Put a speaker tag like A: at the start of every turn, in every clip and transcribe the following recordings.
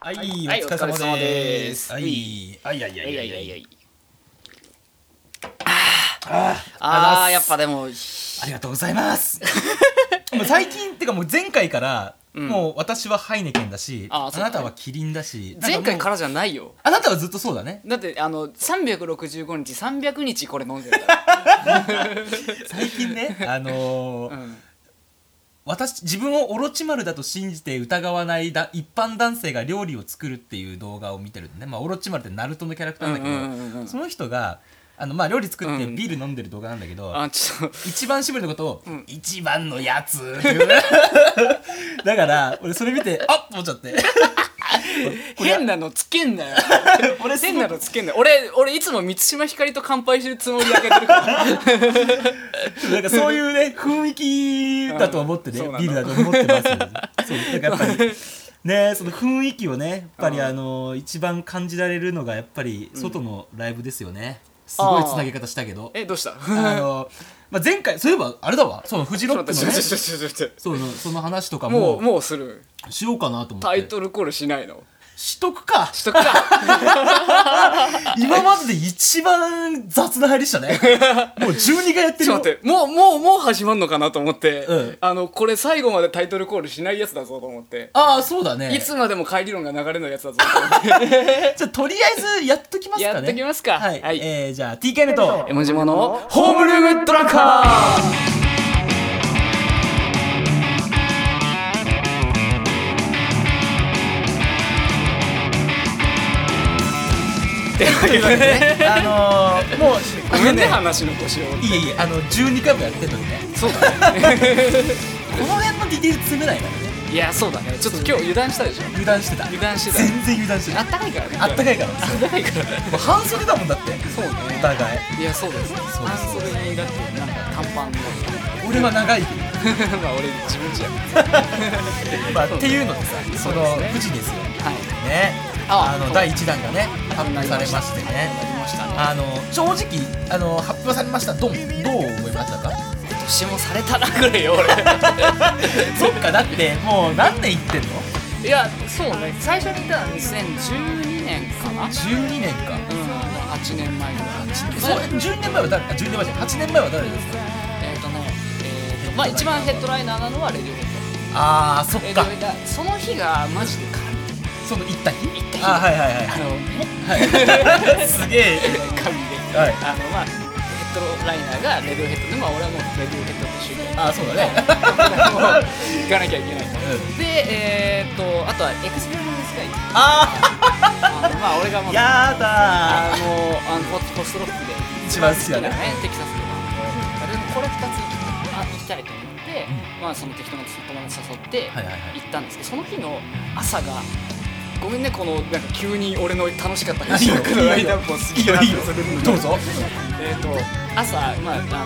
A: はい、
B: はい
A: お疲れ様です。
B: お疲れ様です
A: はい、はい、はい、はいい、
B: や
A: はい
B: や
A: い、
B: い
A: は
B: や
A: い。
B: いああーやっぱでも
A: ありがとうござい ます。もう最近ってか、もう前回から、
B: うん
A: もう私はハイネケンだし、
B: あ
A: あ
B: そうだね
A: なたはキリンだし。。
B: 前回かららじゃないよ
A: あなたはずっとそうだね。
B: だってあの365日300日これ飲んでる から、
A: 最近 ね、あのー
B: うん、
A: 私、自分をオロチ丸だと信じて疑わないだ一般男性が料理を作るっていう動画を見てるのね。まあ、オロチ丸ってナルトのキャラクターなんだけど、
B: うんうんうんうん
A: その人が、あの、まあ、料理作って
B: うん
A: ビール飲んでる動画なんだけど、
B: あちょっと
A: 一番絞りのことを、
B: ん
A: 一番のやつ っていうだから俺それ見てあっと思っちゃって これ
B: 変なのつけんな よ
A: 俺す
B: 変
A: ご
B: なのつけんなよ俺俺いつも満島ひかりと乾杯してるつもりだけやってるから
A: くなんかそういう ね雰囲気だと思ってね、
B: うんそうなの
A: ビールだと思ってます よそうだからやっぱりねその雰囲気をねやっぱりあの一番感じられるのがやっぱり外のライブですよね、すごいつなげ方したけど
B: えどうしたちょ
A: あの、まあ、前回そういえばあれだわそのフジロ
B: っと
A: ックの
B: 待
A: ね
B: ってちょっと待ってちょっと待って
A: そのその話とか
B: もう
A: も
B: もうする
A: しようかなと思って
B: タイトルコールしないの
A: しとくか
B: し とくか
A: 今までで一番雑な入りでした ね。もう12回やって
B: ち
A: る
B: ょっ
A: よ。
B: と待ってもうもうもう始まんのかなと思って、
A: うん
B: あのこれ最後までタイトルコールしないやつだぞと思って
A: ああ、そうだね。
B: いつまでも乖離論が流れのやつだぞと思って
A: じゃあとりあえずやっときますかね。
B: やっときますか
A: はい。
B: はい
A: えー、じゃあ TK ネと
B: 絵。文字ものホームルームドラッカーってわけでね
A: あのー、もう、
B: ごめんね話の腰を
A: いえいえ、あの、12回もやってるのにね。
B: そうだね
A: この辺のディテール詰めないからね。
B: いやそうだねちょっと今日油断したでしょ
A: 油断してた。
B: 油断してた
A: 全然油断して
B: あ
A: た。
B: ったかいからね
A: あったかいから。
B: あったかいからね
A: もう半袖だもんだって。そうね。お互い。
B: いやそうですそうですそれにだってなんか短 パンの
A: 俺は長いけど。
B: まあ俺自分じゃ
A: まあ、っていうのでさ、その、富士ですよ。
B: はい
A: ね。
B: あ
A: あの、
B: そう
A: 第1弾がね、発表されましてね。
B: ありましたね
A: あの正直あの発表されましたどうどう思いましたか
B: 年もされたなぐらいよ俺
A: そっかだってもう何年いってんの
B: いやそうね最初に言ったのは2012年かなう
A: ?12 年か
B: ん8年前ぐらい
A: そう12年前は誰あ12年前じゃない8年前は誰ですか
B: えっ、とねえーとまあ一番ヘッドライナーなのはレディオヘッ
A: ああそっ
B: ドレディ
A: か
B: オヘッドがその日がマジで神
A: その行った日
B: 行った日
A: あーはいはいはい
B: あの も
A: はい すげえ
B: 神で、
A: はい
B: あのまあヘッドライナーがレディオヘッドでまあ俺はもうレディオヘッドと一緒に
A: あーそうだね
B: 行かなきゃいけないと、
A: う
B: でえっ、とあとはエクスペリエンスガイ
A: あ
B: あのまあ俺がも
A: あ
B: う
A: やだ
B: あのあのポスポストロックで
A: 一番好きだね
B: テキサスででもこれ2つ行きたいあ行きたいと思って、まあ、その適当な友達誘って
A: はいはいはい
B: 行ったんですけど、その日の朝がごめんねこのなんか急に俺の楽しかった
A: いい
B: 話
A: よ
B: のラ
A: いい
B: インナ
A: よ
B: ップをす
A: い
B: げ
A: い
B: え
A: よいいよ
B: 話されるので
A: どうぞ
B: えっ、と朝まああのてか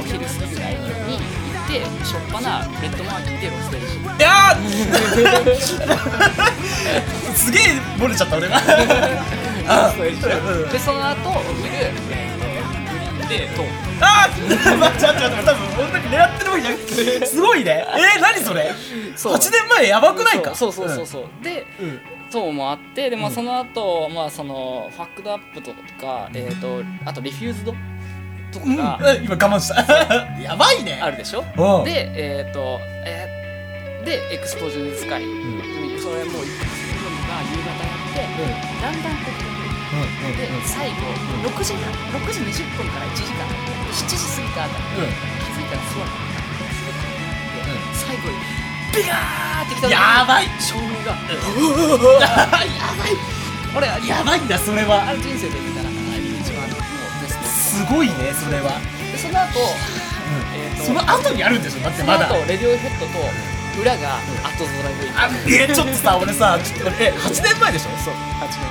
B: お昼過ぎぐらいに行ってしょっぱなレッドマーキーでロステージ
A: いや ーすげえ漏れちゃった俺が あーうん
B: でその後お昼、えーとグリーンでトーク
A: あー待って待って待って多分俺だけ狙ってるわけじゃなくてすごいねえー、何それ
B: そう
A: 8年前やばくないか
B: そうそうそうそう、で
A: うん、うん
B: そうもあってで、まあ、
A: うん
B: その後、まあそのファックドアップとか、えー、とあとリフューズドと
A: うん
B: かが
A: え今我慢したやばいね
B: あるでしょ、
A: うん
B: でえっ、と、えーでエクスポージョン使い、
A: うんうんうん
B: それもう一回するのが夕方やって、だんだんこうで最後6時間6時20分から1時間7時過ぎたあた
A: うん
B: り
A: うん
B: 気づいたらそうだった最後にビガーってきた時に
A: やばい
B: 照明が
A: うん
B: やばい俺は
A: やばいんだそれ
B: あ
A: は
B: る人生で見たら一番もうベスト
A: すごいねそれは、
B: でその後、えー
A: う
B: と
A: ん、その後にあるんでしょだって
B: その
A: まだ
B: 後レディオヘッドと裏が後ドライブイン
A: あえー、ちょっとさ俺さちょっと俺え8年前でしょ
B: そう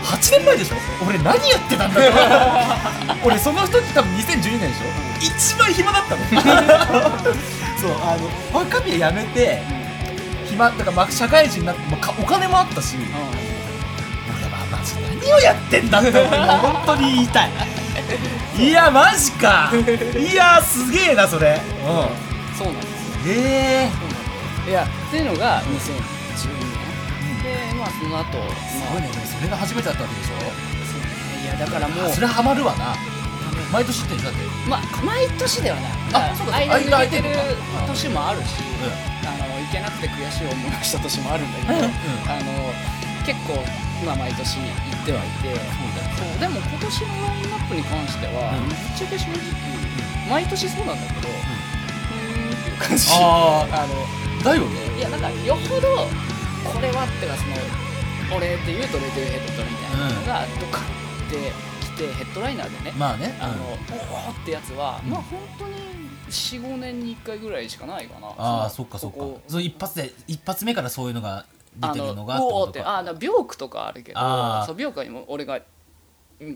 B: 八
A: 8
B: 年
A: 年前でしょ俺何やってたんだろう俺その時多分2012年でしょ一番暇だったのそうあの若宮辞めて暇だからまあ社会人になって、まあかお金もあったし俺はマジ何をやってんだって俺本当に言いたいいやマジかいやすげえなそれ
B: そうなんですよ
A: うんええ
B: いやっていうのが2012年でまああその後
A: す
B: ま
A: ご
B: あ
A: いねでもそれが初めてだったわけでし
B: そうねいやだからもう
A: ょそれハマるわな毎年ってんでしょだって
B: まあ毎年ではない
A: あそうか
B: 間に
A: 間空
B: 入れ
A: い
B: て
A: て
B: る
A: るのかうん
B: 年もあるし、あの行けなくて悔しい思いをした年もあるんだけど、
A: うんうん
B: あの結構まあ毎年行ってはいてそうでも今年のラインナップに関しては、
A: うん
B: ぶっちゃけ正直毎年そうなんだけど、うーんっていう感じ
A: あー
B: あの
A: だよね
B: いやなんかよほどこれはってかその俺で言うとレディーヘッドみたいなのがドカってきてヘッドライナーでね、
A: まあね
B: あの、おおってやつは、
A: うん
B: まあ本当に45年に1回ぐらいしかないかな
A: ああそ
B: の
A: っかそっか
B: ここ
A: そう一発で一発目からそういうのが出
B: あ
A: てる
B: の
A: のが
B: おおっ
A: っててこと
B: あ
A: か
B: の病区とかあるけど
A: あー
B: そう病区にも俺が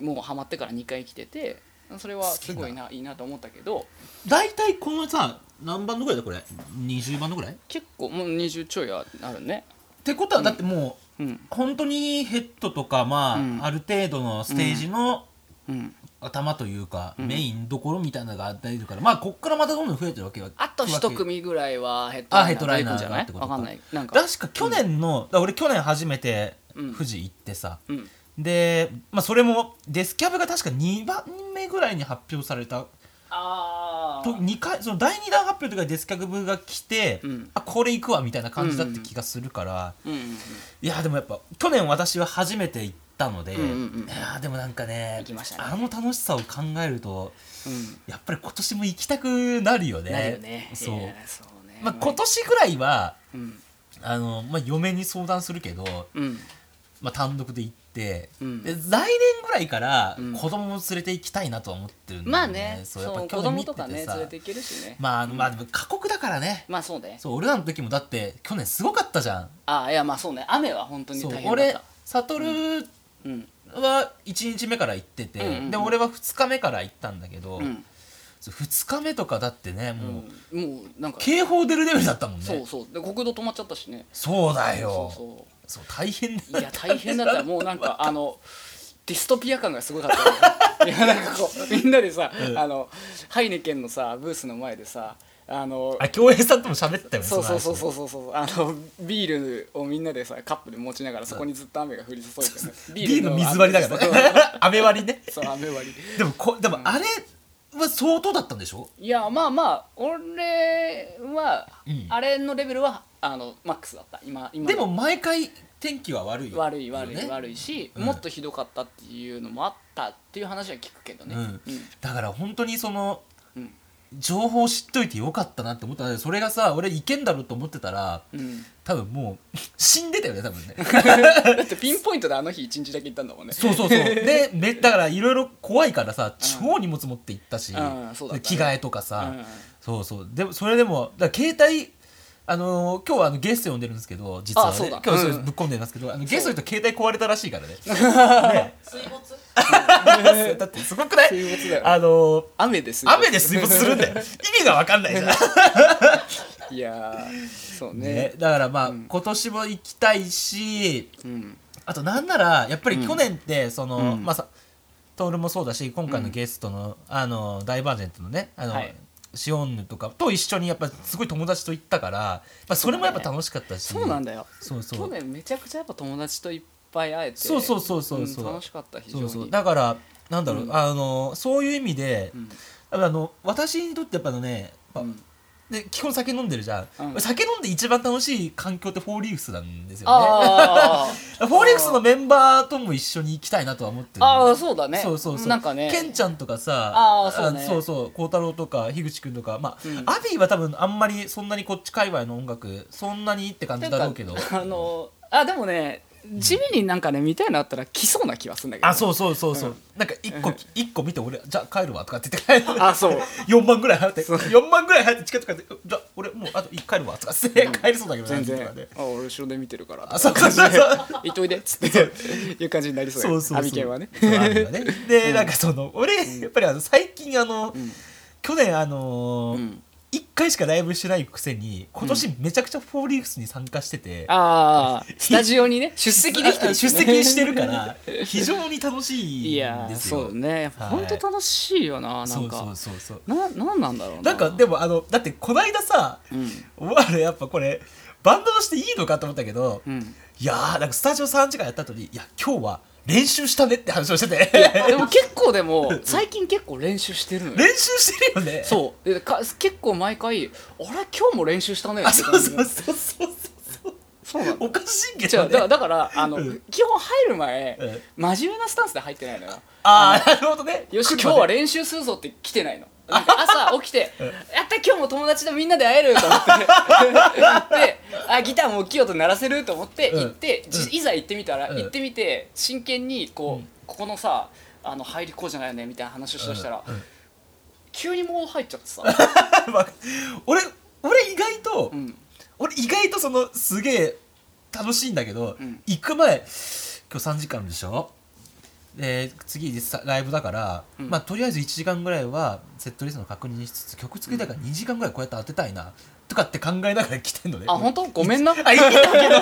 B: もうハマってから2回来ててそれはすごいないいなと思ったけど
A: 大体このさ何番のぐらいだこれ20番のぐらいっ
B: 結構もう20ちょいはあるね
A: てことはだってもう
B: うん
A: 本当にヘッドとかまあ、
B: うん
A: ある程度のステージの
B: うん
A: 頭というか、メインどころみたいなのが出てるからまあこっからまたどんどん増えてるわけは
B: あと1組ぐらいはヘッド
A: あ
B: ライナー
A: ヘッドライ
B: が
A: ナ
B: 行くんじゃ
A: ー
B: な
A: が
B: い
A: ってこと
B: 分
A: か
B: かんないなんか
A: 確か去年の、だから俺去年初めて
B: うん
A: 富士行ってさ、
B: うん
A: で、まあ、それもデスキャブが確か2番目ぐらいに発表された
B: あ
A: と
B: あ
A: 二回その第2弾発表というかデスキャブが来て、
B: うん
A: あこれ行くわみたいな感じだった気がするから、
B: うんうん
A: いやでもやっぱ去年私は初めて行ったので、
B: うんうんうん
A: いやでもなんかね
B: 行きましたね
A: あの楽しさを考えると
B: うん
A: やっぱり今年も行きたくなるよね。
B: なるよね
A: そう
B: いやそうね
A: まあ、今年ぐらいは
B: うん
A: あの、まあ、嫁に相談するけど、
B: うん
A: まあ、単独で行って、
B: うん
A: で来年ぐらいから
B: うん
A: 子供も連れて行きたいなとは思ってるんだよ
B: まあね、そ
A: そううやっぱ
B: 子
A: 去年
B: 供
A: 見
B: と
A: て
B: かね
A: て
B: 連
A: さ、
B: れていけるしね。
A: まああのまあでも過酷だからね、
B: まあそうね。
A: そう俺らの時もだって去年すごかったじゃん
B: あいやまあそうね。雨は本当に
A: そう
B: 大変だっ
A: 俺
B: た。
A: 悟
B: うん
A: は1日目から行ってて、
B: うんうんうん
A: で俺は2日目から行ったんだけど、
B: うん
A: そう2日目とかだってねもう、
B: うんもうなんか
A: 警報出るレベルだったもんね
B: そうそうで国道止まっちゃったしね。
A: そうだよ
B: そうそ
A: そう大変
B: う
A: だ
B: いや大変だったもうなんかあのディストピア感がすごか ったよ。いやなんかこうみんなでさ、
A: うん
B: あのハイネケンのさブースの前でさあの
A: あ京平さんとも喋ったよね
B: そうそうそう
A: う
B: そうそうそうあのビールをみんなでさカップで持ちながらそこにずっと雨が降り注いで、ね、
A: ビールの水割りだからね 雨割りね
B: そう雨割り
A: でもこでもあれは相当だったんでしょ
B: いやまあまあ俺は、
A: うん
B: あれのレベルはあのマックスだった今今
A: でも毎回天気は悪いよ
B: 悪い悪い
A: ね
B: 悪いし、
A: うん
B: もっとひどかったっていうのもあったっていう話は聞くけどね
A: う
B: うん
A: ん、だから本当にその
B: うん
A: 情報知っといてよかったなって思ったんだけどそれがさ俺いけんだろうと思ってたら
B: うん
A: 多分もう 死んでたよね多分ね
B: だってピンポイントであの日一日だけ行ったんだもんね
A: そう そうそうでめだからいろいろ怖いからさ超荷物持って行ったし、
B: うんそうだったね
A: 着替えとかさ、
B: うん
A: そうそうでもそれでもだから携帯あのー今日はあのゲスト呼んでるんですけど実は、
B: あそう
A: ね
B: だ、
A: 今日そううんぶっ込んでますけど、あのゲストの人携帯壊れたらしい からねね
C: 水没
A: だってすごくない
B: 水没だよ
A: あのー
B: 雨です
A: 雨で水没するんだよ意味が分かんないじゃん、
B: いやーそうね
A: ね、だからまあ、今年も行きたいし
B: うん
A: あとなんならやっぱり去年ってその、
B: うん
A: まあさトールもそうだし今回のゲストの、あのダイバージェントのねあの、
B: はい
A: シオンヌとかと一緒にやっぱすごい友達と行ったから、まあ、それもやっぱ楽しかったし
B: そうなんだよ
A: そうそう
B: 去年めちゃくちゃやっぱ友達といっぱい会えて
A: そうそうそうそうそうん
B: 楽しかった非常
A: そう
B: に
A: そうだからなんだろう、
B: うん
A: あのそういう意味で、
B: うん
A: あの私にとってやっぱあのね、やっぱ
B: うん
A: で基本酒飲んでるじゃん、
B: うん
A: 酒飲んで一番楽しい環境ってフォーリーフスなんですよね
B: あ あ
A: フォーリーフスのメンバーとも一緒に行きたいなとは思ってる
B: ああそうだね
A: そうそうそう
B: なんかね
A: ケンちゃんとかさ
B: あーそうね
A: そうそう孝太郎とか樋口くんとかまあ、
B: うん
A: アビーは多分あんまりそんなにこっち界隈の音楽そんなにって感じだろうけど
B: なんかあのあでもね地味になんかね見たいのあったら来そうな気はするんだけど
A: あそうそうそうそう、なんか一個一個見て俺じゃあ帰るわとかって言って帰る
B: あそう
A: 4万ぐらい払って4万ぐらい払ってチケット買って「じゃあ俺もうあと1帰るわ」とかって帰りそうだけどな
B: 全然
A: とかね
B: あ俺後ろで見てるから
A: あそうそうそうそう
B: 行っとい でっつっていう感じになりそうだ
A: そ
B: よ
A: うそうそう
B: アビケンはね
A: そうアビケンはねで、なんかその俺やっぱりあの最近あの、
B: ん
A: 去年あのー
B: うん
A: 1回しかライブしてないくせに今年めちゃくちゃフォーリーフスに参加してて、
B: ああスタジオにね 出席できて
A: あ
B: る
A: あ
B: しね
A: 出席してるから非常に楽し
B: い
A: い
B: や
A: ん
B: ー
A: ですよ
B: そうね
A: はい
B: 本当楽しいよなな
A: そ
B: ん
A: う
B: か
A: そうそうそう
B: ななんなんだろうな
A: なんかでもあのだってこないださ、
B: うん
A: お前らやっぱこれバンドとしていいのかと思ったけど、
B: うん
A: いいやーなんかスタジオ3時間やった後にいや今日は練習したねって話をしてて
B: でも結構でも最近結構練習してるのよ
A: 練習してるよね
B: そうでか結構毎回あれ今日も練習したね
A: あ
B: って
A: そう
B: 感じ
A: そうそうそうそう
B: そうなの
A: おかしいけ
B: 違
A: ど
B: うだから
A: ね
B: だからあの、
A: うん
B: 基本入る前、
A: うん
B: 真面目なスタンスで入ってないのよ
A: ああなるほどね
B: よし
A: 来る
B: 今
A: ま
B: 日は
A: で
B: 練習するぞって来てないのなんか 朝起きて、
A: ん
B: やった今日も友達とみんなで会えると思って であギターも大きい音鳴らせると思って
A: うん
B: 行って、じいざ行ってみたら、
A: うん
B: 行ってみて真剣にこう、ここのさあの入りこうじゃないよねみたいな話をしだしたら、
A: うんうん
B: 急にモード入っちゃってさ、
A: わか俺俺意外と、
B: うん、
A: 俺意外とそのすげえ楽しいんだけど、
B: うん
A: 行く前今日3時間でしょで次実際ライブだから、
B: うん
A: まあとりあえず1時間ぐらいはセットリストの確認しつつ曲作りだから2時間ぐらいこうやって当てたいな、とかって考えながら来てんのね
B: あ本当ごめんな
A: あいいんだけど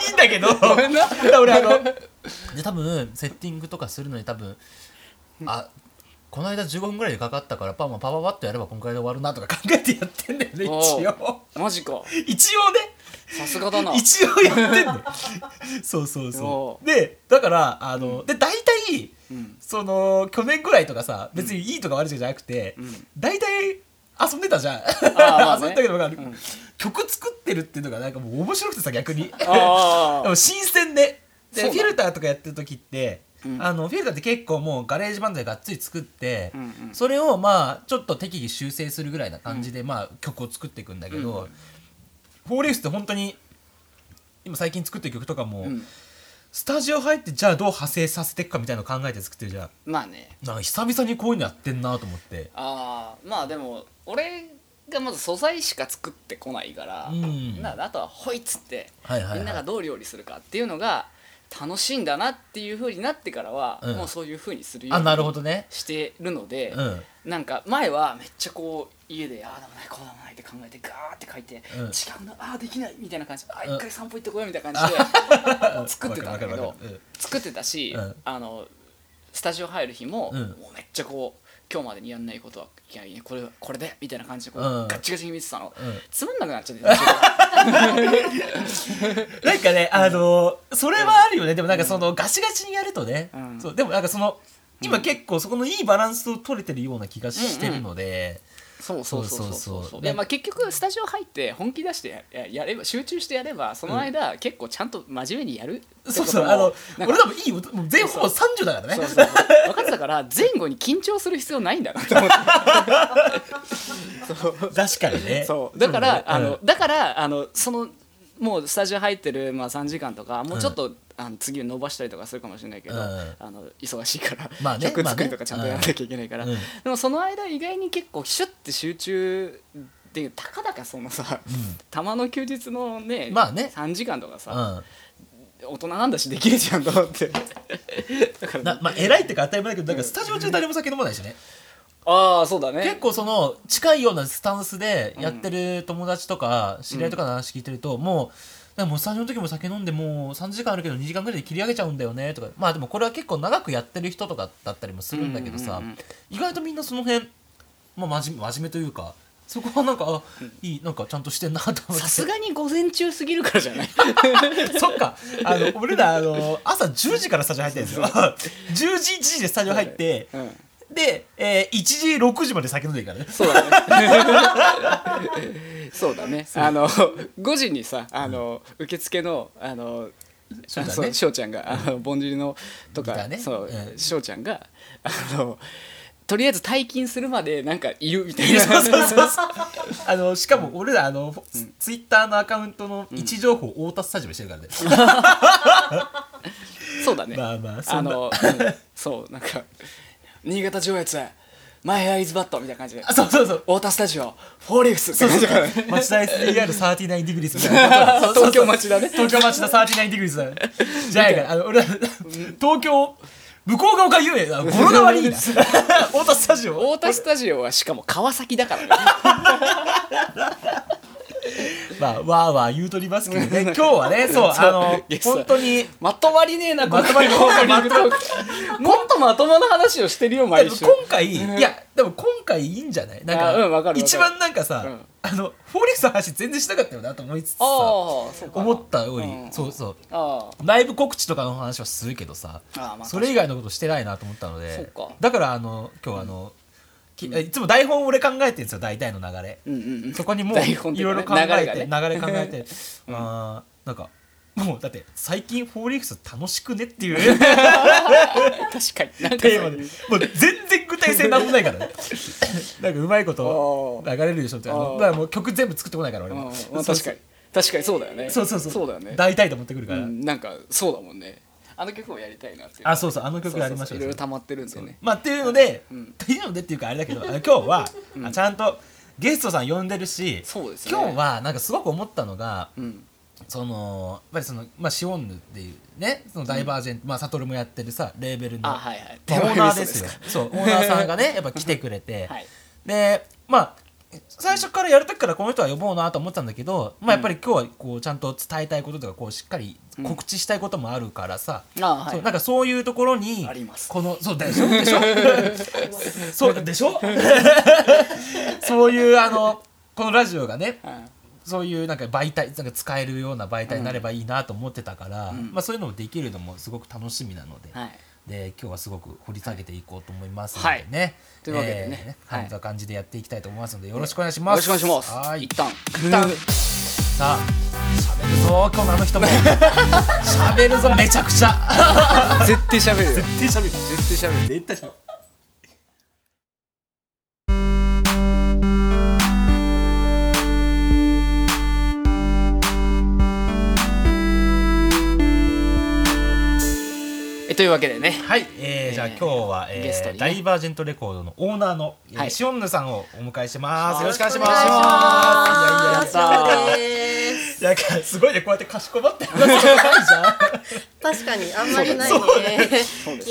A: いいんだけど
B: ごめんな
A: だから俺あので多分セッティングとかするのに多分あこの間15分ぐらいでかかったからパンパパパッとやればこんくらいで終わるなとか考えてやってんだよね一応
B: マジか
A: 一応ね
B: さすがだな
A: 一応やってんのそうそうそ
B: お
A: うでだからあの、で大体
B: うん
A: その去年ぐらいとかさ別にいいとか悪いとかじゃなくて、
B: うん
A: 大体遊んでたじゃん、
B: まあ ね
A: 遊んでたけどわかる、
B: うん
A: 曲作ってるっていうのがなんかもう面白くてさ逆 に
B: あ
A: でも新鮮でで
B: そうだ
A: フィルターとかやってる時って、
B: うん
A: あのフィルターって結構もうガレージバンドでがっつり作って、
B: うんうん
A: それをまあちょっと適宜修正するぐらいな感じで、まあ曲を作っていくんだけど、
B: うん
A: フォーリースって本当に今最近作ってる曲とかも、
B: うん
A: スタジオ入ってじゃあどう派生させていくかみたいなのを考えて作ってるじゃん
B: まあね
A: なんか久々にこういうのやってんなと思って
B: あーまあでも俺がまず素材しか作ってこないから、
A: うん
B: なあとはほいっつって、
A: はいはいはい
B: みんながどう料理するかっていうのが楽しいんだなっていう風になってからは、
A: うん
B: もうそういう風にするよう
A: あなるほ
B: に
A: どね
B: してるので、
A: うん
B: なんか前はめっちゃこう家でああでもないこうでもないって考えてガーって書いて、
A: うん
B: 違うなああできないみたいな感じあ
A: うん
B: 一回散歩行ってこようみたいな感じで、 作ってたんだけ
A: わかるわか
B: ど
A: るわかる
B: 作ってたし、
A: うん
B: あのスタジオ入る日も,、
A: うん
B: もうめっちゃこう今日までにやんないことはいやいやこれこれでみたいな感じでこう、
A: うん
B: ガッチガチに見てたの、
A: うん
B: つまんなくなっちゃって途中で
A: なんかね、あのそれはあるよね。でもなんかその、ガシガチにやるとね、
B: うん
A: そう、でもなんかその、今結構そこのいいバランスを取れてるような気がしてるので、
B: そうそう
A: そう
B: そうそう
A: そう
B: そ
A: そうう
B: で、まあ、結局スタジオ入って本気出してややれば集中してやればその間、結構ちゃんと真面目にやるってことも
A: そうそう、あの、
B: なん
A: 俺
B: か
A: 多分いいよ、もう全方30だからね。
B: そうそうそう分かってたから前後に緊張する必要ないんだなと思って
A: 確かにね。
B: そうだから、
A: そう
B: あ
A: だね
B: のだからあのそのもうスタジオ入ってる、まあ、3時間とかもうちょっと、あの次伸ばしたりとかするかもしれないけど、
A: うん
B: あの忙しいから、
A: まあね
B: 曲
A: まあ
B: 作
A: ね
B: りとかちゃんとやらなきゃいけないから、
A: うんうん
B: でもその間意外に結構シュッて集中でたかだかそのさ、たまの休日のね,、
A: まあね
B: 3時間とか
A: う
B: さ、
A: ん。
B: 大人なんだしできるじゃんと思って だから、
A: なまあ、偉いってか当たり前だけど、なんかスタジオ中誰も酒飲まないしね。
B: ああそうだね
A: 結構その、近いようなスタンスでやってる友達とか、知り合いとかの話聞いてると、もう、なんかもうスタジオの時も酒飲んでもう3時間あるけど2時間ぐらいで切り上げちゃうんだよねとかまあでもこれは結構長くやってる人とかだったりもするんだけどさ、
B: うんうんうん
A: 意外とみんなその辺、まあ、真面目真面目というかそこはなんかあいいなんかちゃんとしてんなと思って
B: さすがに午前中すぎるからじゃない
A: そっかあの俺らあの朝10時からスタジオ入ってるんですよ10時1時でスタジオ入って、
B: うん
A: で、えー1時6時まで酒飲んでいいからね
B: そうだ ね。そうだね。あの5時にさ、あの受付のあの
A: そうだね
B: しょうちゃんがあのぼんじりのと
A: ギタ
B: か
A: ーね
B: そう
A: うん
B: しょうちゃんがあのとりあえず退勤するまでなんかいるみたいな。
A: そうそうそうそうあのしかも俺らあの、ツイッターのアカウントの位置情報を太田スタジオにしてるからね、
B: そうだね。
A: まあまあそ
B: あ
A: んな
B: のうんそうなんか新潟上越マイヘアイズバットみたいな感じで。
A: あそうそうそう
B: 太田スタジオフォーリーフスって感じだからね
A: 町田 SDR39 ディグリスみ たいな
B: 東京町だね
A: 東京町田39ディグリスだねじゃ ないからあの俺ら東京向こう側が言えな語呂代わりいいな太田スタジオ
B: 太田スタジオはしかも川崎だからね
A: まあわーわー言うとりますけどね今日はねそうあの
B: ゲスト
A: 本当に
B: まとまりねえな、
A: まとまりねえ
B: このオープニングトークもっとまともな話をしてるよ、
A: で
B: 毎
A: も
B: 週。
A: 今回、
B: うん
A: いやでも今回いいんじゃないなんか
B: あうんわかるわかる
A: 一番なんかさ、
B: うん
A: あのフォーリックスの話全然しなかったよなと思いつつさ
B: ああそうか
A: 思ったより、
B: うん
A: そうそう
B: あ
A: ライブ告知とかの話はするけどさ
B: あああまあ
A: それ以外のことしてないなと思ったので
B: そうか
A: だからあの今日はあの、きいつも台本俺考えてるんですよ大体の流れ、
B: うんうんうん
A: そこにもう
B: 台本
A: い
B: 的
A: ろ
B: ないね
A: ろ考えて
B: 流
A: 流
B: れ
A: れ,、
B: がね
A: 考え て、あーなんかもうだって最近フォーリックス楽しくねっていう
B: 確かになんか
A: テーマでもう全然具体性なんもないからね なんかうまいこと
B: あ
A: 流れるでしょみたいな
B: あー
A: だからもう曲全部作ってこないから俺も、
B: うんまあ確かに確かにそうだよね
A: そうそうそう
B: そうだよね
A: 大体と思ってくる
B: う
A: から、
B: んなんかそうだもんねあの曲をやりたいなっていう
A: あそうそうあの曲やりましょう
B: いろいろ溜まってるんですよね
A: まあっていうので、
B: うん
A: っていうのでっていうかあれだけどあの今日は、あちゃんとゲストさん呼んでるし
B: そうですね
A: 今日はなんかすごく思ったのが
B: うん
A: そのやっぱりその、まあ、シオンヌっていうねそのダイバージェント、まあサトルもやってるさレーベルの
B: あはいはい
A: まあオーナーですよ
B: そう
A: そうオーナーさんがねやっぱ来てくれて、
B: はい
A: でまあ最初からやる時からこの人は呼ぼうなと思ってたんだけど、まあ、やっぱり今日はこうちゃんと伝えたいこととかこうしっかり告知したいこともあるからさ、
B: あはい
A: そうなんかそういうところに
B: あります
A: このそうでしょでしょ そうでしょそういうあのこのラジオがね
B: うん
A: そういうなんか媒体なんか使えるような媒体になればいいなと思ってたから、
B: ん
A: まあ、そういうのもできるのもすごく楽しみなので、
B: はい
A: で今日はすごく掘り下げていこうと思いますのでね。
B: というわけでね
A: えー
B: はい
A: こんな感じでやっていきたいと思いますのでよろしくお願いし
B: よ
A: ま
B: ろし
A: す。
B: くお願いします
A: はい。
B: 一旦
A: 一旦さあ喋るぞ今日のあの 人も喋るぞめちゃくちゃ。
B: 絶対喋るよ
A: 絶対喋る。
B: 絶対喋る
A: 絶対喋る。
B: えというわけでね
A: はい、えーじゃあ今日は、えー
B: ゲストにね
A: ダイバージェントレコードのオーナーの、えー
B: はい
A: シオンヌさんをお迎えしてます。よろ
B: よろ
A: しく
B: し
A: お
B: く
A: 願
B: お願
A: い
B: い
A: し
B: し
A: ま。
B: ますす
A: いやいやいや
B: やった
D: です。
A: なんかすごいねこうやって賢まってる話じゃないじゃん。
D: 確かにあんまりないね。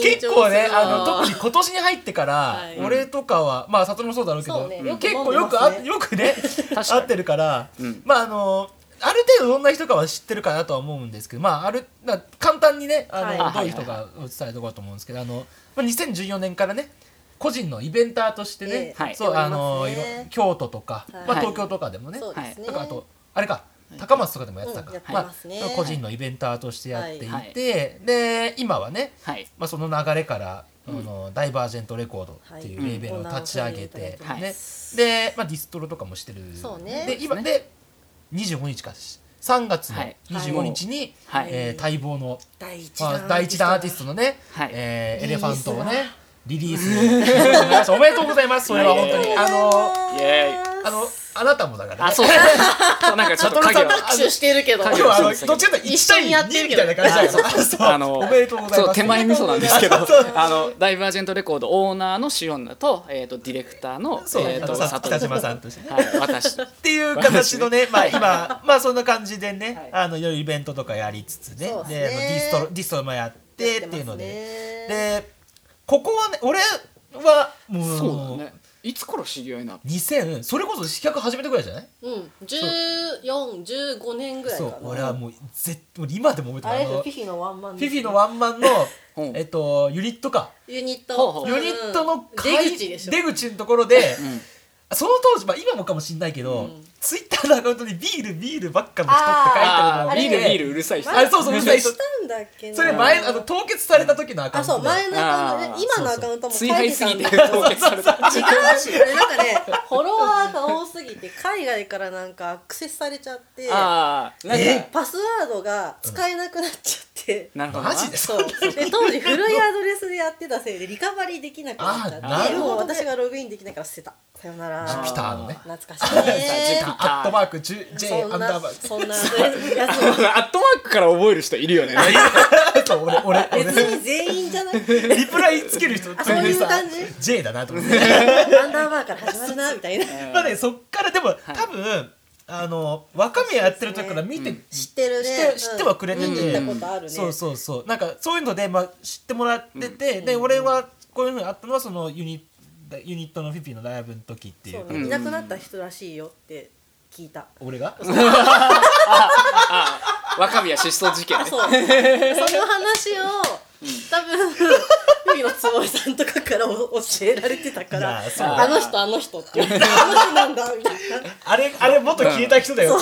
A: 結構ねあ の特
D: に
A: に今年に入ってから、
D: はい
A: 俺とかはまあ悟もそうだろうけど
D: そうねよく
A: 結構
D: 飲
A: よ
D: んで
A: く
D: ま
A: あ
D: すね
A: よくね
B: 確か
A: 合
B: に
A: ってるから、
B: うん
A: まああのある程度どんな人かは知ってるかなとは思うんですけどまああるな簡単にねあの、
D: はい
A: どういう人かお伝えとこうと思うんですけどあの、まあ、2014年からね個人のイベンターとしてね、
D: ええ
A: そう
D: はい
A: あの、
D: やっておりますね
A: いろ京都とか、
D: はい
A: まあ、東京とかでもね、
D: そうですね。
A: とかあとあれか高松とかでもやってたか、
D: うんやって
A: まあ
D: ますね
A: 個人のイベンターとしてやっていて、
B: はいはい
A: で今はね
B: はい
A: まあ、その流れから、あのダイバージェントレコードっていう
D: はい
A: レーベルを立ち上げて、
D: うん
A: ねで、まあ、ディストロとかもしてる
D: そうね
A: で今
B: そう
A: で25日か3月の
B: はい
A: 25日に、
B: はい
A: えー待望の、
D: 第一
A: まあ、第一弾アーティストのね、
B: はい
A: えーエ
D: リ
A: レ
D: リ
A: フ
D: ース
A: ァントをねリリースおめでとうござい ますそれは本当にあの
B: イエーイ
A: あのあなたもだから、ね、
B: あ そうそうなんかちょっと影を
D: 握手してるけど。
A: 今日はあの
B: そうです
A: どっちかというと
D: 一
A: 1
D: 緒にや
A: 対
D: って
A: 2
D: る
A: み
D: け
A: た
D: ど
A: いな感じだからそう
B: あの
A: おめでとうございます
B: そう手前味噌なんですけど
A: そうそう
B: あのダイバージェントレコードオーナーのシオンナと,、えー、とディレクターの
A: そう、
B: えー、と
A: さ
B: 佐
A: 北
B: 藤
A: 島さんとしてね
B: はい 私
A: っていう形のね、まあ
B: はい
A: 今、まあそんな感じでね、
B: はい
A: あのいろいろイベントとかやりつつね、
D: そうですね
A: であのディストロディストロもやってっていうので、
D: で。
A: でここはね、俺はもう
B: そうだねいつから知り合いなの
A: 2000それこそ飛脚始めてくらいじゃない？
D: うん。十四十五年ぐらい
A: そ
D: か
A: う
D: な。、
A: 俺はもう絶俺今でも覚えて
D: あ
A: る
D: れ
A: あ
D: フ
A: の
D: ィ
A: フ
D: フィのワンマン。
A: ィフィのワンマンの
B: うん
A: えっとユニットか。
D: ユニット。
A: ユニットの会
D: 出口でしょ。
A: 出口のところで、
B: ん
A: その当時、まあ、今もかもしれないけど、ツイッターのアカウントにビールビールばっかの人
B: あ
A: って書い
B: ビ
A: てるのを見
B: ールビ
A: て
B: ールうるさい人
A: あれそうそううるさい人
D: したんだっけ
A: それ前あの凍結された時のアカウ
D: あ
A: ント
D: そう前のアカウント今のアカウントも
B: 追敗すぎて
D: 違う
B: 凍結された
D: しなんかねフォロワーが多すぎて海外からなんかアクセスされちゃって
B: ああなんか
A: え
D: パスワードが使えなくなっちゃ って、
B: なるほどな
A: マジで
D: そうで当時古いアドレスでやってたせいでリカバリーできなくなっち
A: あー
D: ゃ
A: な
D: っ
A: る
D: て
A: ほどね
D: もう私がログインできないから捨てたさよなら
A: ジュピターのね
D: 懐かしいね
B: ジュピ
A: アットマーク J
D: そ
A: J アン
D: ん
A: ダー
D: な
A: バー
D: そ んなやつ
B: ア
D: も
B: ットマークから覚える人いるよね
A: そう俺俺
D: 別
A: 俺
D: に全員じゃない
A: リプライつける人
D: あそういう感じ
A: J だなと思って
D: アンダーバーから始まるなみたいな
A: まあねそっからでも、多分あの若めやってる時から見て、
D: 知ってる
A: 知っ
D: ね
A: て知ってはくれてて、
D: うん見たことあるね
A: そうそうそうなんかそういうので、まあ、知ってもらってて、で俺はこういうふうにあったのはそのユニユニットのフィフィのライブの時っていう
D: そう
A: か
D: ねいなくなった人らしいよって聞いた
A: 俺が
B: 若宮失踪事件ね
D: そう。その話を、多分、フィ木の坪さんとかからお教えられてたか
E: な
D: ら
E: あ
D: 「
E: そう
D: あの人あの人」って言 われて「あの人なんだ」みたいな
E: あれあれ元消えた人だよ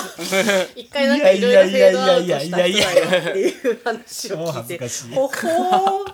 D: 一回なんかいろいろフェードアウトした人だよっていう話を
E: 超
D: 聞い
E: 恥ず
D: て
E: かしい
D: ほほーほ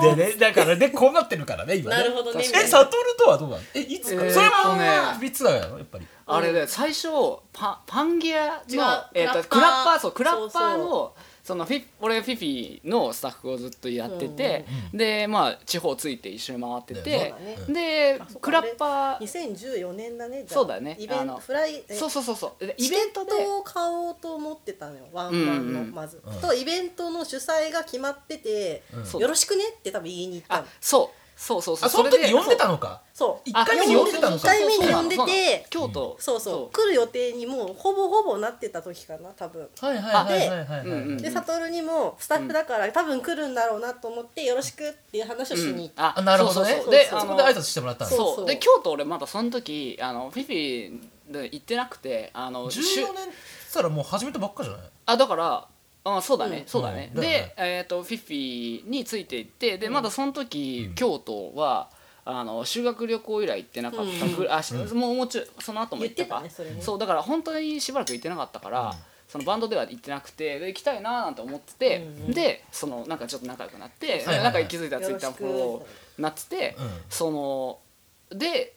D: ほ
A: で
D: ー
A: ねだからねこうなってるからね今ね
D: なるほどね
A: えサトルとはどうなのえいつ、
B: えーっとね
A: それは別だよやっぱり
B: あれで最初パパンギア
D: 違う
B: の、えー、と
D: ク
B: ク
D: ラ
B: ラ
D: ッ
B: ッパ
D: パー
B: ーそうクラッパーの
D: そう
B: そのフィ俺フィフィのスタッフをずっとやってて、でまあ地方ついて一緒に回って
A: ね
B: て、
A: そう
B: で
D: そうか
B: クラッパー
D: 2014年だねじゃあ
B: そうだね
D: イベ
B: あ
D: ント
B: の
D: フライえ
B: そうそうそうそうでイ
D: チケ
B: ベントで
D: ットを買おうと思ってたのよワンワンの
B: うんうん
D: まず、
A: うん
D: とイベントの主催が決まってて
A: うん
D: 「よろしくね」って多分言いに行った
B: あ
D: の
B: そうそうそうそう
A: あその時
B: れで
A: 呼んでたのか
D: そう
A: 一
B: あ
A: 回目に呼んでたの
D: 一
A: か
D: 回目に呼んで
B: そうなのそうなの
D: て
B: 京都、
D: そうそう来る予定にもうほぼほぼなってた時かな多分
A: はいはいはいはいはいはい
B: あでうんうん
D: で悟にもスタッフだから多分来るんだろうなと思って「よろしく」っていう話をしに行った、
A: あなるほどね
B: そうそうそう
D: で
B: あの
A: そこで挨拶してもらったん
B: そ
A: だ
B: う
D: そうそう
B: で京都俺まだその時あのフィフィで行ってなくてあの
A: 14
B: しゅ
A: 年っつったらもう始めたばっかじゃない
B: あだからあそうだね、
D: うん
B: そうだね、
A: うんだよね
B: で、えー、とフィフィについて行ってでまだその時、
A: うん
B: 京都はあの修学旅行以来行ってなかったぐらい、あし
A: う
B: もうもうちょいその後も行ったか
D: 言ってたねそれね
B: うだから本当にしばらく行ってなかったから、
A: うん
B: そのバンドでは行ってなくてで行きたいなーなんて思ってて、
D: うん
B: でそのなんかちょっと仲良くなって、
A: はいはい
B: なんか気づいたらツイッ
D: よろし
B: ター
D: く
B: フォローなってて、
A: うん
B: そので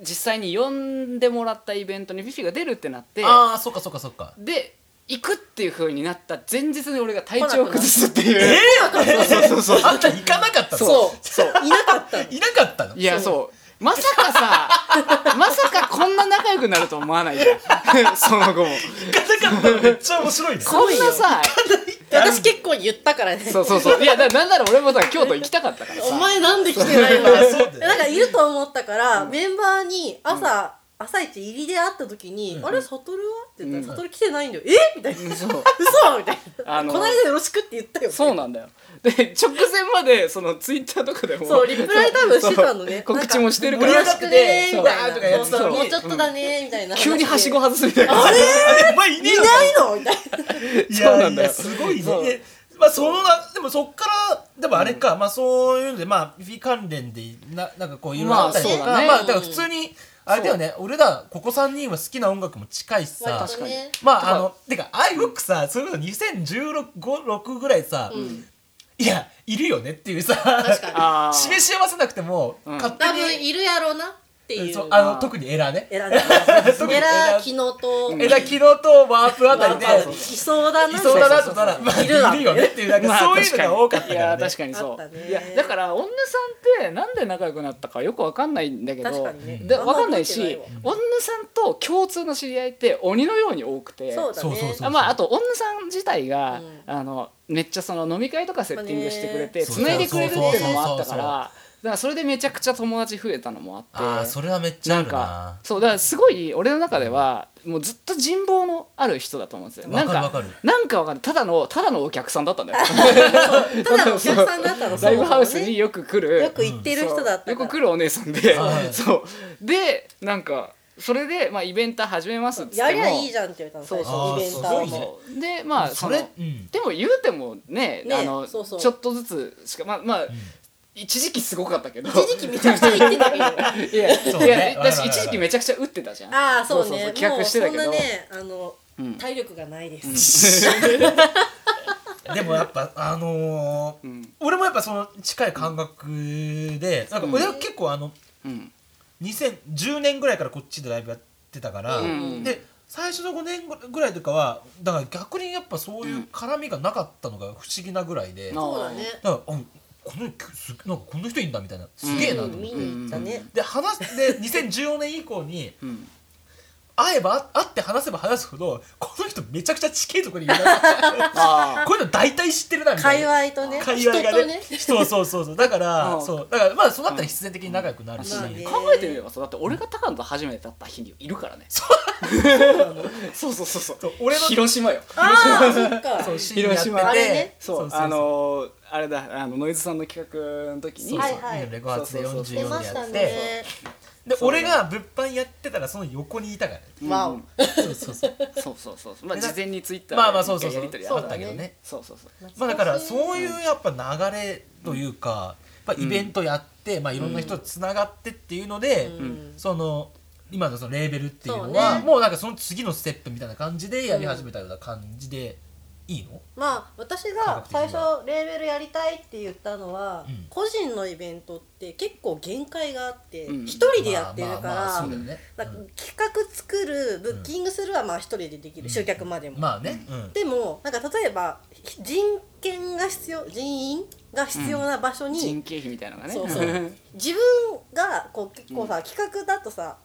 B: 実際に呼んでもらったイベントにフィフィが出るってなって
A: ああそっかそっかそっか
B: で行くっていうふうになった前日に俺が体調を崩すっていう
A: ええそうそうそうあんた行かなかったの
B: そうそう
D: いなかったの
A: いなかったの
B: いやそうまさかさまさかこんな仲良くなると思わないじゃんその後も
A: 行かなかったのめっちゃ面白いね
B: こんなさ
D: 私結構言ったからね
B: そうそうそういやだなんなら俺もさ京都行きたかったから
D: お
B: さ
D: 前なんで来てないの
A: そうだよ
D: なんかいると思ったから、メンバーに朝、朝一入りで会った時に
A: う
D: 「
A: ん
D: あれ悟るは?」って言った
B: うん
D: ら「悟、来てないんだよえみたいな「
B: そう
D: 嘘!」みたいな「
B: あの
D: この間よろしく」って言ったよ
B: そうなんだよで直前までそのツイッターとかでも
D: そうリプライ多分してたのね
B: そう告知もしてる
D: な
B: か
D: ん
B: ら
D: よろしくねーみたいな
A: わーとかやって
D: そ
A: たの
D: うそう
A: に
D: もうちょっとだねーみたいな話で
B: 急にはしご外すみたいな
D: あれ
A: あれお前いねえ
D: い
A: の
D: ないのみたいな
A: い
B: そう
A: や
B: なん
A: い
B: だ
A: や
B: よ
A: すごい
B: そう
A: ねでまあそのなでもそっからでもあれか、まあそういうのでまあフィ関連でななんかこういろいろあったりとか、
B: まあそうだね
A: まあだから普通にあれだよね俺らここ3人は好きな音楽も近いしさ
D: 割とね
A: まああ
B: と
A: のてかアイロックさ、それこそ2016ぐらいさ、
D: うん
A: いやいるよねっていうさ
D: 確かに
B: あ ー
A: 示し合わせなくても、
B: うん
A: 勝手
D: 多
A: に
D: 分いるやろうなっていう
A: そうあの特にエラーね
D: エラ
A: 特に
D: エラ昨日と
A: エラ昨日とワープあたりで
D: なんかいそうだない
A: そうだなとなら、まあ、い
D: いるわ
A: るよねっていう なんかそういうのが多かったか
B: い
A: ら
B: や
A: ね
B: 確かにそ
D: あったね
B: ういやだから女さんってなんで仲良くなったかよくわかんないんだけど
D: 確かにね
B: で
D: あん
B: わ
D: ま
B: かんない
D: 覚え
B: して
D: ない
B: 女さんと共通の知り合いって鬼のように多くて
D: そうだ
A: そうそう
D: ね
A: そう
B: あまあ、あと女さん自体が、
D: うん
B: あのめっちゃその飲み会とかセッティングしてくれ
D: ま
B: て
A: あね
B: つないでくれるっていうのもあ
A: そうそうそう
B: った
A: そうそ
B: か
A: う
B: らだからそれでめちゃくちゃ友達増えたのもあって
A: ああそれはめっちゃあ
B: なん
A: る
B: か
A: な
B: そうだからすごい俺の中ではもうずっと人望のある人だと思うんですよ
A: わか
B: な
A: る
B: ん
A: わか
B: か
A: る
B: なんかわかるただのただのお客さんだったんだよ
D: ただのお客さんだったの
B: ライブハウス
D: そもそもね
B: によく来る
D: よく行ってる人だったから
B: よく来るお姉さんで
A: はい
B: そうでなんかそれで、まあ、イベント始めますっつっても
D: やりゃいいじゃんって言ったの
B: そ
D: 最
B: う
A: あー
D: 初イベン
B: そう
D: ター
B: そう
A: すごいね
D: も
B: そうでまあ
A: そ
B: そ
A: れ
B: れ、
A: うん
B: でも言うてもね
D: ね
B: あの
D: そうそう
B: ちょっとずつしかまあまあ、一時期すごかったけど
D: 一時期めちゃくちゃ行ってたけど あ
B: いや、
A: そうねは
B: いやだ
A: いはいは
B: し
A: い
B: 一時期めちゃくちゃ打ってたじゃん
D: あそうね
B: 企画してたけど
D: もうそんなねあの
B: うん
D: 体力がないです、
A: でもやっぱあのー
B: うん
A: 俺もやっぱその近い感覚でなんか俺は結構あの
B: うん
A: 2010年ぐらいからこっちでライブやってたから、
B: うん
A: で最初の5年ぐらいとかはだから逆にやっぱそういう絡みがなかったのが不思議なぐらいで、
B: うん
A: だか
D: そうだね
A: らあこのすなんかこんな人いんだみたいなすげえなと
D: う
A: 思っ
D: ん
A: て、
D: 見に行ったね、
A: で話で2014年以降に
B: うん
A: 会えば会って話せば話すほどこの人めちゃくちゃ近いところにいるな
B: あ
A: こういうの大体知ってるなみたい
D: 界
A: な。
D: 隈とね
A: 会話が
D: 人と
A: ね
D: ね
A: そうそうそうそうだから
B: うん
A: そうだからまあそうなったら必然的に仲良くなるし、
D: うんまあ
B: ー
D: ね
B: 考えてみればさだって俺が高野と初めて会った日にいるからねそうそうそうそう
A: そう俺の
B: 広島よ
D: ああそっか
A: そう
B: 広島
A: 知り合
D: あ
A: って
D: れ
A: て
D: ね
B: そうあのーあれだあのノイズさんの企画の時に
A: そうそう、
D: はいはい
A: レゴハーツで
B: そうそうそう
A: 44
D: 出ま
A: で
D: し
A: や
D: た
A: って、
D: ね
A: で俺が物販やってたらその横にいたからね
B: うん
D: わお
A: そうそうそう
B: そうそうそうそうまあ事前にツイッター
A: まあまあそうそうそ
B: や
A: う
B: り取り
A: あ
B: あ
A: っ
B: ったた
A: けど
D: そうだ
A: ね
B: そうそうそう
A: まあだからそういうやっぱ流れというか、まあ、イベントやって、まあ、いろんな人とつながってっていうので、
D: うん
A: その今のそのレーベルっていうのは
D: そうね
A: もうなんかその次のステップみたいな感じでやり始めたような感じでいいの、
D: まあ私が最初レーベルやりたいって言ったのは、
A: うん
D: 個人のイベントって結構限界があって一、
B: うん
D: 人でやってるか
A: ま
D: ら、
A: あまあまあそうだよね、
D: だから企画作るブッキングするはまあ一人でできる、
A: うん
D: 集客まで
A: う
D: も、
A: んまあね、うん
D: でもなんか例えば人権が必要人員が必要な場所に、
B: 人件費みたいなのがね
D: そうそう自分がこう結構さ、企画だとさ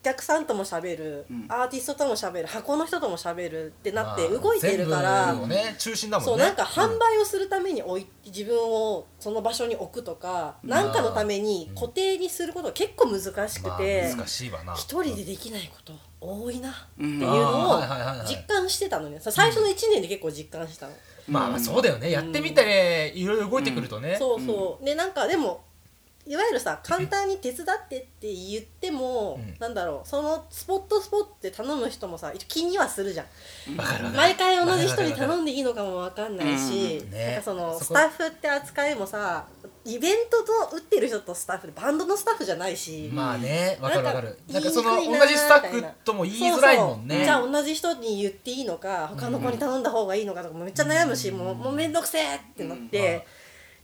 D: お客さんとも喋る、
B: うん
D: アーティストとも喋る箱の人とも喋るってなって
A: まあ
D: 動いてるから、
A: 全部のね中心だもんね
D: そうなんか販
A: う
D: 売をするために置い自分をその場所に置くとか何、なん、かのために固定にすることが結構難しくて
A: まあ、難しいわな
D: 一人でできないこと多いなって
B: うん
D: いう
A: あ
D: の
A: ー
D: を
A: はいはいはいはい
D: 実感してたのねさ最初の1年で結構実感したの。
A: まあまあそうだよね、やってみていろいろ動いてくるとね、
D: そうそう、でなんかでもいわゆるさ簡単に手伝ってって言って
A: う
D: も、
A: ん
D: なんだろうそのスポットスポットで頼む人もさ一応気にはするじゃん
A: わかるわかる
D: 毎回同じ人に頼んでいいのかもわかんないし、
A: うんね
D: なんかその
A: そこ
D: スタッフって扱いもさイベントと打ってる人とスタッフでバンドのスタッフじゃないし、
A: まあねわかるわかるな
D: なんん
A: か
D: か
A: その
D: 言いにくい
A: 同
D: なー
A: じスタッフとも言いづらいもん
D: そうそ
A: ね
D: うじゃあ同じ人に言っていいのか他の子に頼んだ方がいいのかとかもめっちゃ悩むし、もうもうめんどくせえってなって、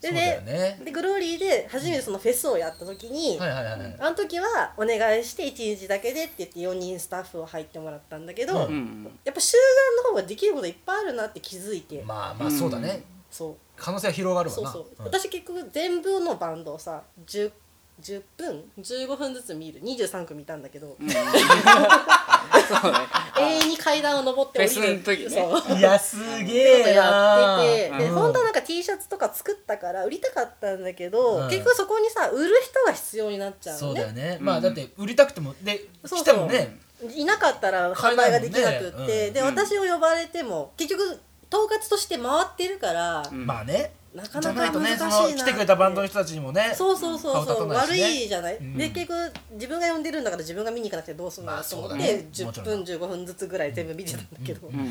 A: そう
D: で
A: だよ
D: ね
A: ね
D: でグローリーで初めてそのフェスをやった時に、
A: はいはいはいはい
D: あの時はお願いして1日だけでって言って4人スタッフを入ってもらったんだけど、
A: う
B: うん
D: やっぱ集団の方ができることいっぱいあるなって気づいて、
A: まあまあそうだね、
D: そう
A: 可能性は広がるわ
D: そう
A: な
D: そう、
A: ん
D: 私結局全部のバンドをさ 10, 10分15分ずつ見る23組いたんだけど、
B: うんそうね
D: 永遠に階段を上って降りる
B: フェスの時ね
D: そう
A: いやすげえ
D: や
A: な
D: っててで
A: うん
D: 本当はなんか T シャツとか作ったから売りたかったんだけど、
A: うん
D: 結局そこにさ売る人が必要になっちゃう
A: そ
D: の
A: う
D: ね
A: だよね、
B: うん
A: まあだって売りたくてもで
D: そうそう
A: 来てもね
D: いなかったら販売ができなく
A: 買え
D: って、
A: ないもんねうん
D: で私を呼ばれても結局統括として回ってるから、
B: うん
A: まあね
D: なか
A: じゃ
D: な
A: ない
D: か
A: と
D: 難し
A: ね
D: い
A: そ
D: な
A: の来てくれたバンドの人たちにもね
D: そうそうそうそ
A: 顔
D: う、
A: 立たない
D: 悪
A: しね
D: いじゃない、
A: うん
D: で結局自分が呼んでるんだから自分が見に行かなくてどうすん
A: ま
D: だ
A: あ
D: と思って、
A: そうだねもち
D: 10
A: ろん
D: 分15分ずつぐらい全部見てたんだけど、
B: う
D: やっ
B: ん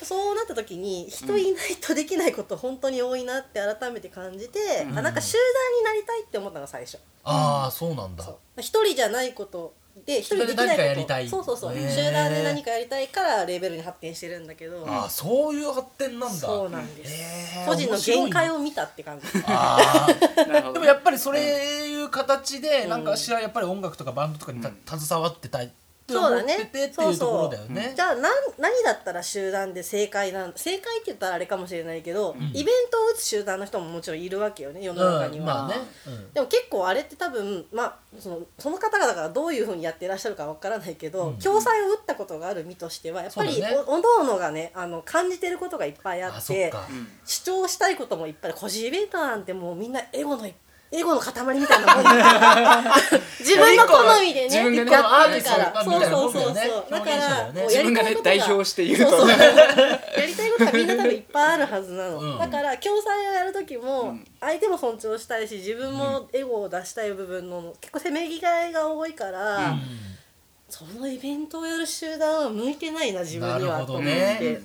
D: ぱそうなった時に人いないとできないこと本当に多いなって改めて感じて、
A: ん
D: あなんか集団になりたいって思ったのが最初。
A: ああそうなんだ
D: そう一人じゃないことで一人ででき
A: 何か
D: な
A: や
D: い
A: り
D: こ
A: たい
D: とそうそうそう
A: へー
D: 集団で何かやりたいからレベルに発展してるんだけど
A: ああそういう発展なんだ
D: そうなんです
A: へえ
D: 個人の
A: 面
D: 限界
A: 白いね
D: を見たって感じ
A: ああ
B: なるほど
A: でもやっぱりそれいう形で
D: ん
A: なんかしらやっぱり音楽とかバンドとかにた携わってたいって思
D: そ
A: っ
D: うだね
A: ててっていうところだよね
D: じ。ゃあ何何だったら集団で正解なん正解って言ったらあれかもしれないけど、イベントを打つ集団の人ももちろんいるわけよね世の中に
A: う
D: は、
A: ん、まあね、
D: でも結構あれって多分、まあ、そのその方々がどういうふうにやってらっしゃるかわからないけど、
A: うん
D: 共済を打ったことがある身としてはやっぱ
A: そう
D: り
A: だね
D: おおのおのがねあの感じてることがいっぱい
A: うん、
D: あ
A: あ
D: っ
A: そってか、
B: うん
D: 主張したいこともいっぱい個人イベントなんてもうみんなエゴのエゴの塊みたいなもんだ自分の好みでね
B: 自分でね
D: やってるか
A: ア
D: ら
A: ーティ
D: そ
A: スト
D: うそ
A: みたいなもん
D: うそう
A: だよね
D: そう
A: 表
D: だか
A: 現者だよ
D: ら
A: ね
D: もう
B: 自
D: や
B: 分
D: り
B: がね
D: たいことが
B: 代表して言うとね
D: やりたいことがみんな多分いっぱいあるはずなの、
A: うん
D: だから共済をやる時
B: う
D: も
B: ん
D: 相手も尊重したいし自分もエゴを出したい部分の結構せめぎ合いが多いから、そのイベントをやる集団は向いてないな自分に
A: な
D: は
A: るほど
D: と思って、
A: ね。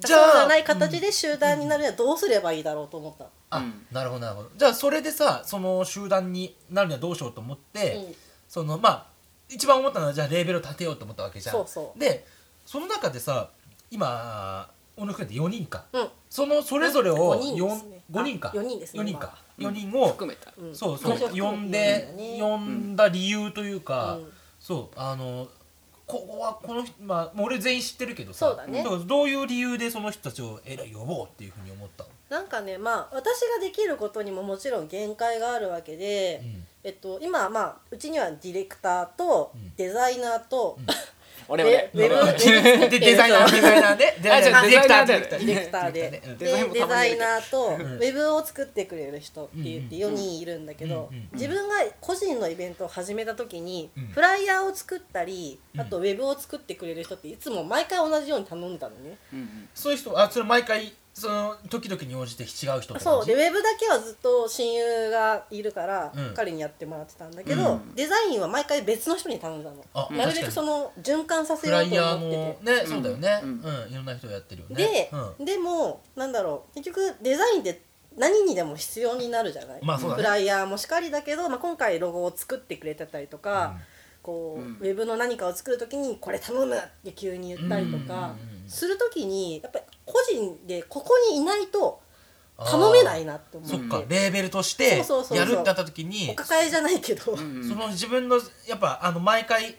D: じゃあそうじゃない形で集団になるにはどうすればいいだろうと思った。
A: あなるほどなるほどじゃあそれでさその集団になるにはどうしようと思って、
D: うん
A: そのまあ一番思ったのはじゃあレーベルを立てようと思ったわけじゃん
D: そうそう
A: でその中でさ今小野含めて4人か、
D: うん
A: そのそれぞれを
D: 五人
A: 四
D: ですね
A: 五人か
D: あ四人ですね
A: 4人か
B: 今
A: 4人を、
B: 含めた
D: うん
A: そうそう
D: この人
A: 呼んで呼んだ理由というか、
D: うん
A: そうあのここはこの人まあもう俺全員知ってるけどさ
D: そうだね
A: からどういう理由でその人たちをえらい呼ぼうっていうふうに思ったの、
D: なんかねまあ私ができることにももちろん限界があるわけで、
A: うん
D: えっと、今まあうちにはディレクターと
A: うん
D: デザイナーと、
B: 俺
D: で
B: 俺
D: ウェブウェブ
A: ででデザイナーデザイナーでデザイナー
B: あ
A: ディ
B: じ
A: レ
B: ゃあ
A: クター
B: デザイナーだよね
A: ディ
D: ディレクターで
A: ディレクターね
D: で
B: デザインも
D: デ
B: たま
D: ザ
B: に
D: イナーとウ
A: ん
D: ェブを作ってくれる人って言って
A: う
D: 4人いるんだけど
A: うんうん
D: 自分が個人のイベントを始めた時に
A: うん
D: フライヤーを作ったり
A: うん
D: あとウェブを作ってくれる人っていつも毎回同じように頼んでたのね。
B: うん
A: そういう人あそれ毎回その時々に応じて違う人って感じ
D: そうでウェブだけはずっと親友がいるから
A: うん
D: 彼にやってもらってたんだけど、
B: うん
D: デザインは毎回別の人に頼んでたの。
A: あ
D: なるべく
A: 確
D: そ
A: かに
D: の循環させ
A: フ
D: よ
A: ラ
D: うと
A: イヤー
D: 思っ
A: も
D: てて。
A: ねそうだよねう
B: うんん
A: いろんな人やってるよね
D: で、
A: うん
D: でもなんだろう結局デザインって何にでも必要になるじゃない、
F: まあそうだね
D: フライヤーもしかりだけど、まあ、今回ロゴを作ってくれてたりとか、こう
G: うん
D: ウェブの何かを作る時に「これ頼む!」って急に言ったりとか
F: うんうん
D: する時にやっぱり個人でここにいないと頼めないなって思
A: そっか
D: って
A: レーベルとして
D: そうそうそうそう
A: やるってなった時に
D: お抱えじゃないけど、
A: その自分のやっぱあの毎回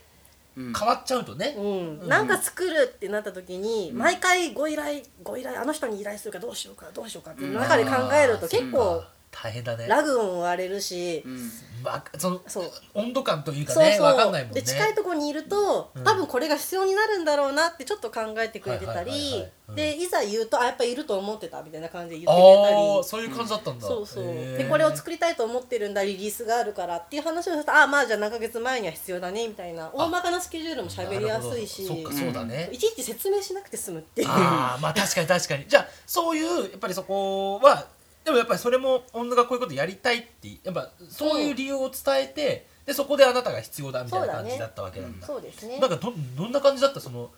G: うん
A: 変わっちゃうとね、
D: うん、なんか作るってなった時に、
G: うん
D: 毎回ご依頼ご依頼あの人に依頼するかどうしようかどうしようかっていう中で考えると結構
A: 大変だね
D: ラグを追われるし、
G: うん
A: わその
D: そう
A: 温度感というか
D: そう
A: ね
D: そう、
A: わかんないもんね
D: で近いところにいると、
A: うん
D: 多分これが必要になるんだろうなってちょっと考えてくれてたり、
A: はいはいはいはいうん
D: でいざ言うとあやっぱいると思ってたみたいな感じで言
A: あ
D: ってくれたり
A: あーそういう感じだったんだ、
D: そうそう
A: へー
D: でこれを作りたいと思ってるんだリリースがあるからっていう話をしたらああまあじゃあ何ヶ月前には必要だねみたいな大まかなスケジュールも喋りやすいし
A: なるほどそっかそうだね、
D: いちいち説明しなくて済むっていう。
A: あ あまあ確かに確かにじゃあそういうやっぱりそこはでもやっぱりそれも女がこういうことやりたいってやっぱそういう理由を伝えてでそこであなたが必要だみたいな感じだったわけなんだ
D: そうですね
A: なんかどどんな感じだったその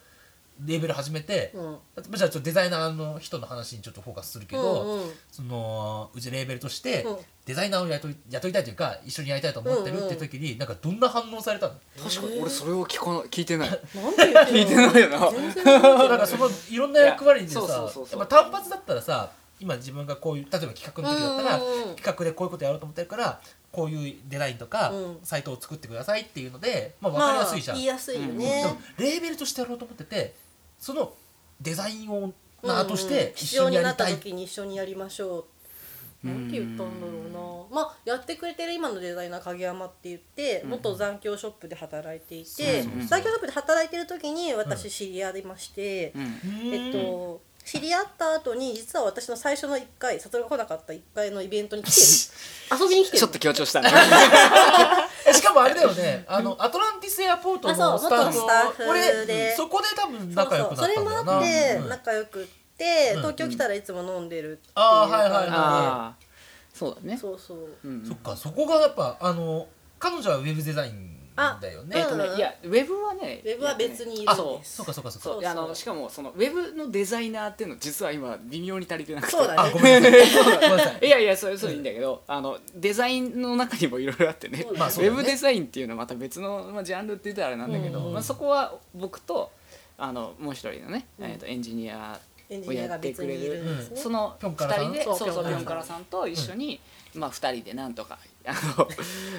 A: レーベル始めて、
D: うん
A: じゃあちょっとデザイナーの人の話にちょっとフォーカスするけど、
D: うんうん
A: そのうちレーベルとして
D: うん
A: デザイナーを雇い雇いたいというか一緒にやりたいと思ってるって時に、なんかどんな反応されたの
G: 確かに俺それを聞かな聞いて ない
D: なんて言って
G: 聞いて ないよな
D: 全然覚えて
A: なん
D: な
A: か
D: い
A: そのいろんな役割でさ
G: いやそうそうそうそう
A: やっぱ単発だったらさ今自分がこういう例えば企画の時だったら、
D: うんうんうん
A: 企画でこういうことやろうと思ってるからこういうデザインとか、
D: うん
A: サイトを作ってくださいっていうので、まあ、分
D: ま
A: か
D: あ
A: りやすいじゃん、
D: 言いやすいよね
A: でもレーベルとしてやろうと思っててそのデザインを
D: うん
A: ナーとして一
D: 必
A: 緒に
D: 要に
A: や
D: な
A: り
D: った
A: たい、
D: 時に一緒にやりましょうなんて言ったんだろうなまあやってくれてる今のデザイナー影山って言って元残響ショップで働いていて
G: そうそうそう
D: 残響ショップで働いてる時に
A: うん
D: 私知り合いまして
G: うん
D: えっと知り合った後に実は私の最初の1回悟が来なかった1回のイベントに来てる遊びに来てる
G: ちょっと強調 したね
A: えしかもあれだよねあのアトランティスエアポートの
D: あそ
A: ス
D: う
A: タッフ
D: 元スタッフ
A: 俺
D: で
A: そこで多分仲良くなったんだよな
D: そうそうそれもあって
A: うん
D: 仲良く
A: う
D: って、
A: ん
D: 東京来たらいつも飲んでるっていう
A: あーはいはいはい
G: ああそうだね
D: そうそう
G: うん
A: そっかそこがやっぱあの彼女はウェブデザインだよ
G: え
A: ね
G: っと
D: う
G: ね
D: ん
G: いやウェブはね
D: ウェブは別にいる
A: あ
D: ん
A: そ
D: で
A: う
D: す
A: そうかそうかそうか
G: そう
D: そう
G: いやあのしかもそのウェブのデザイナーっていうの実は今微妙に足りてなくて
D: そうだね
A: あごめんなさいごめんなさい
G: いやいやそれそういいんだけど、あのデザインの中にもいろいろあってね,、
D: そうだね
A: まあそうだね
G: ウェブデザインっていうのはまた別の、まあ、ジャンルって言ったらあれなんだけど、
A: うん
G: まあ、そこは僕とあのもう一人のね、
D: うん
G: えー、とエンジニア
D: エンジニアが別にいるんですね、
G: その
A: ぴょんか
G: 2
A: らさん
G: 人で
D: そう
G: そうそう
D: ぴ
G: ピ
D: ょんからさん
G: ョンカラさんと一緒に、まあ、2人でなんとかあの、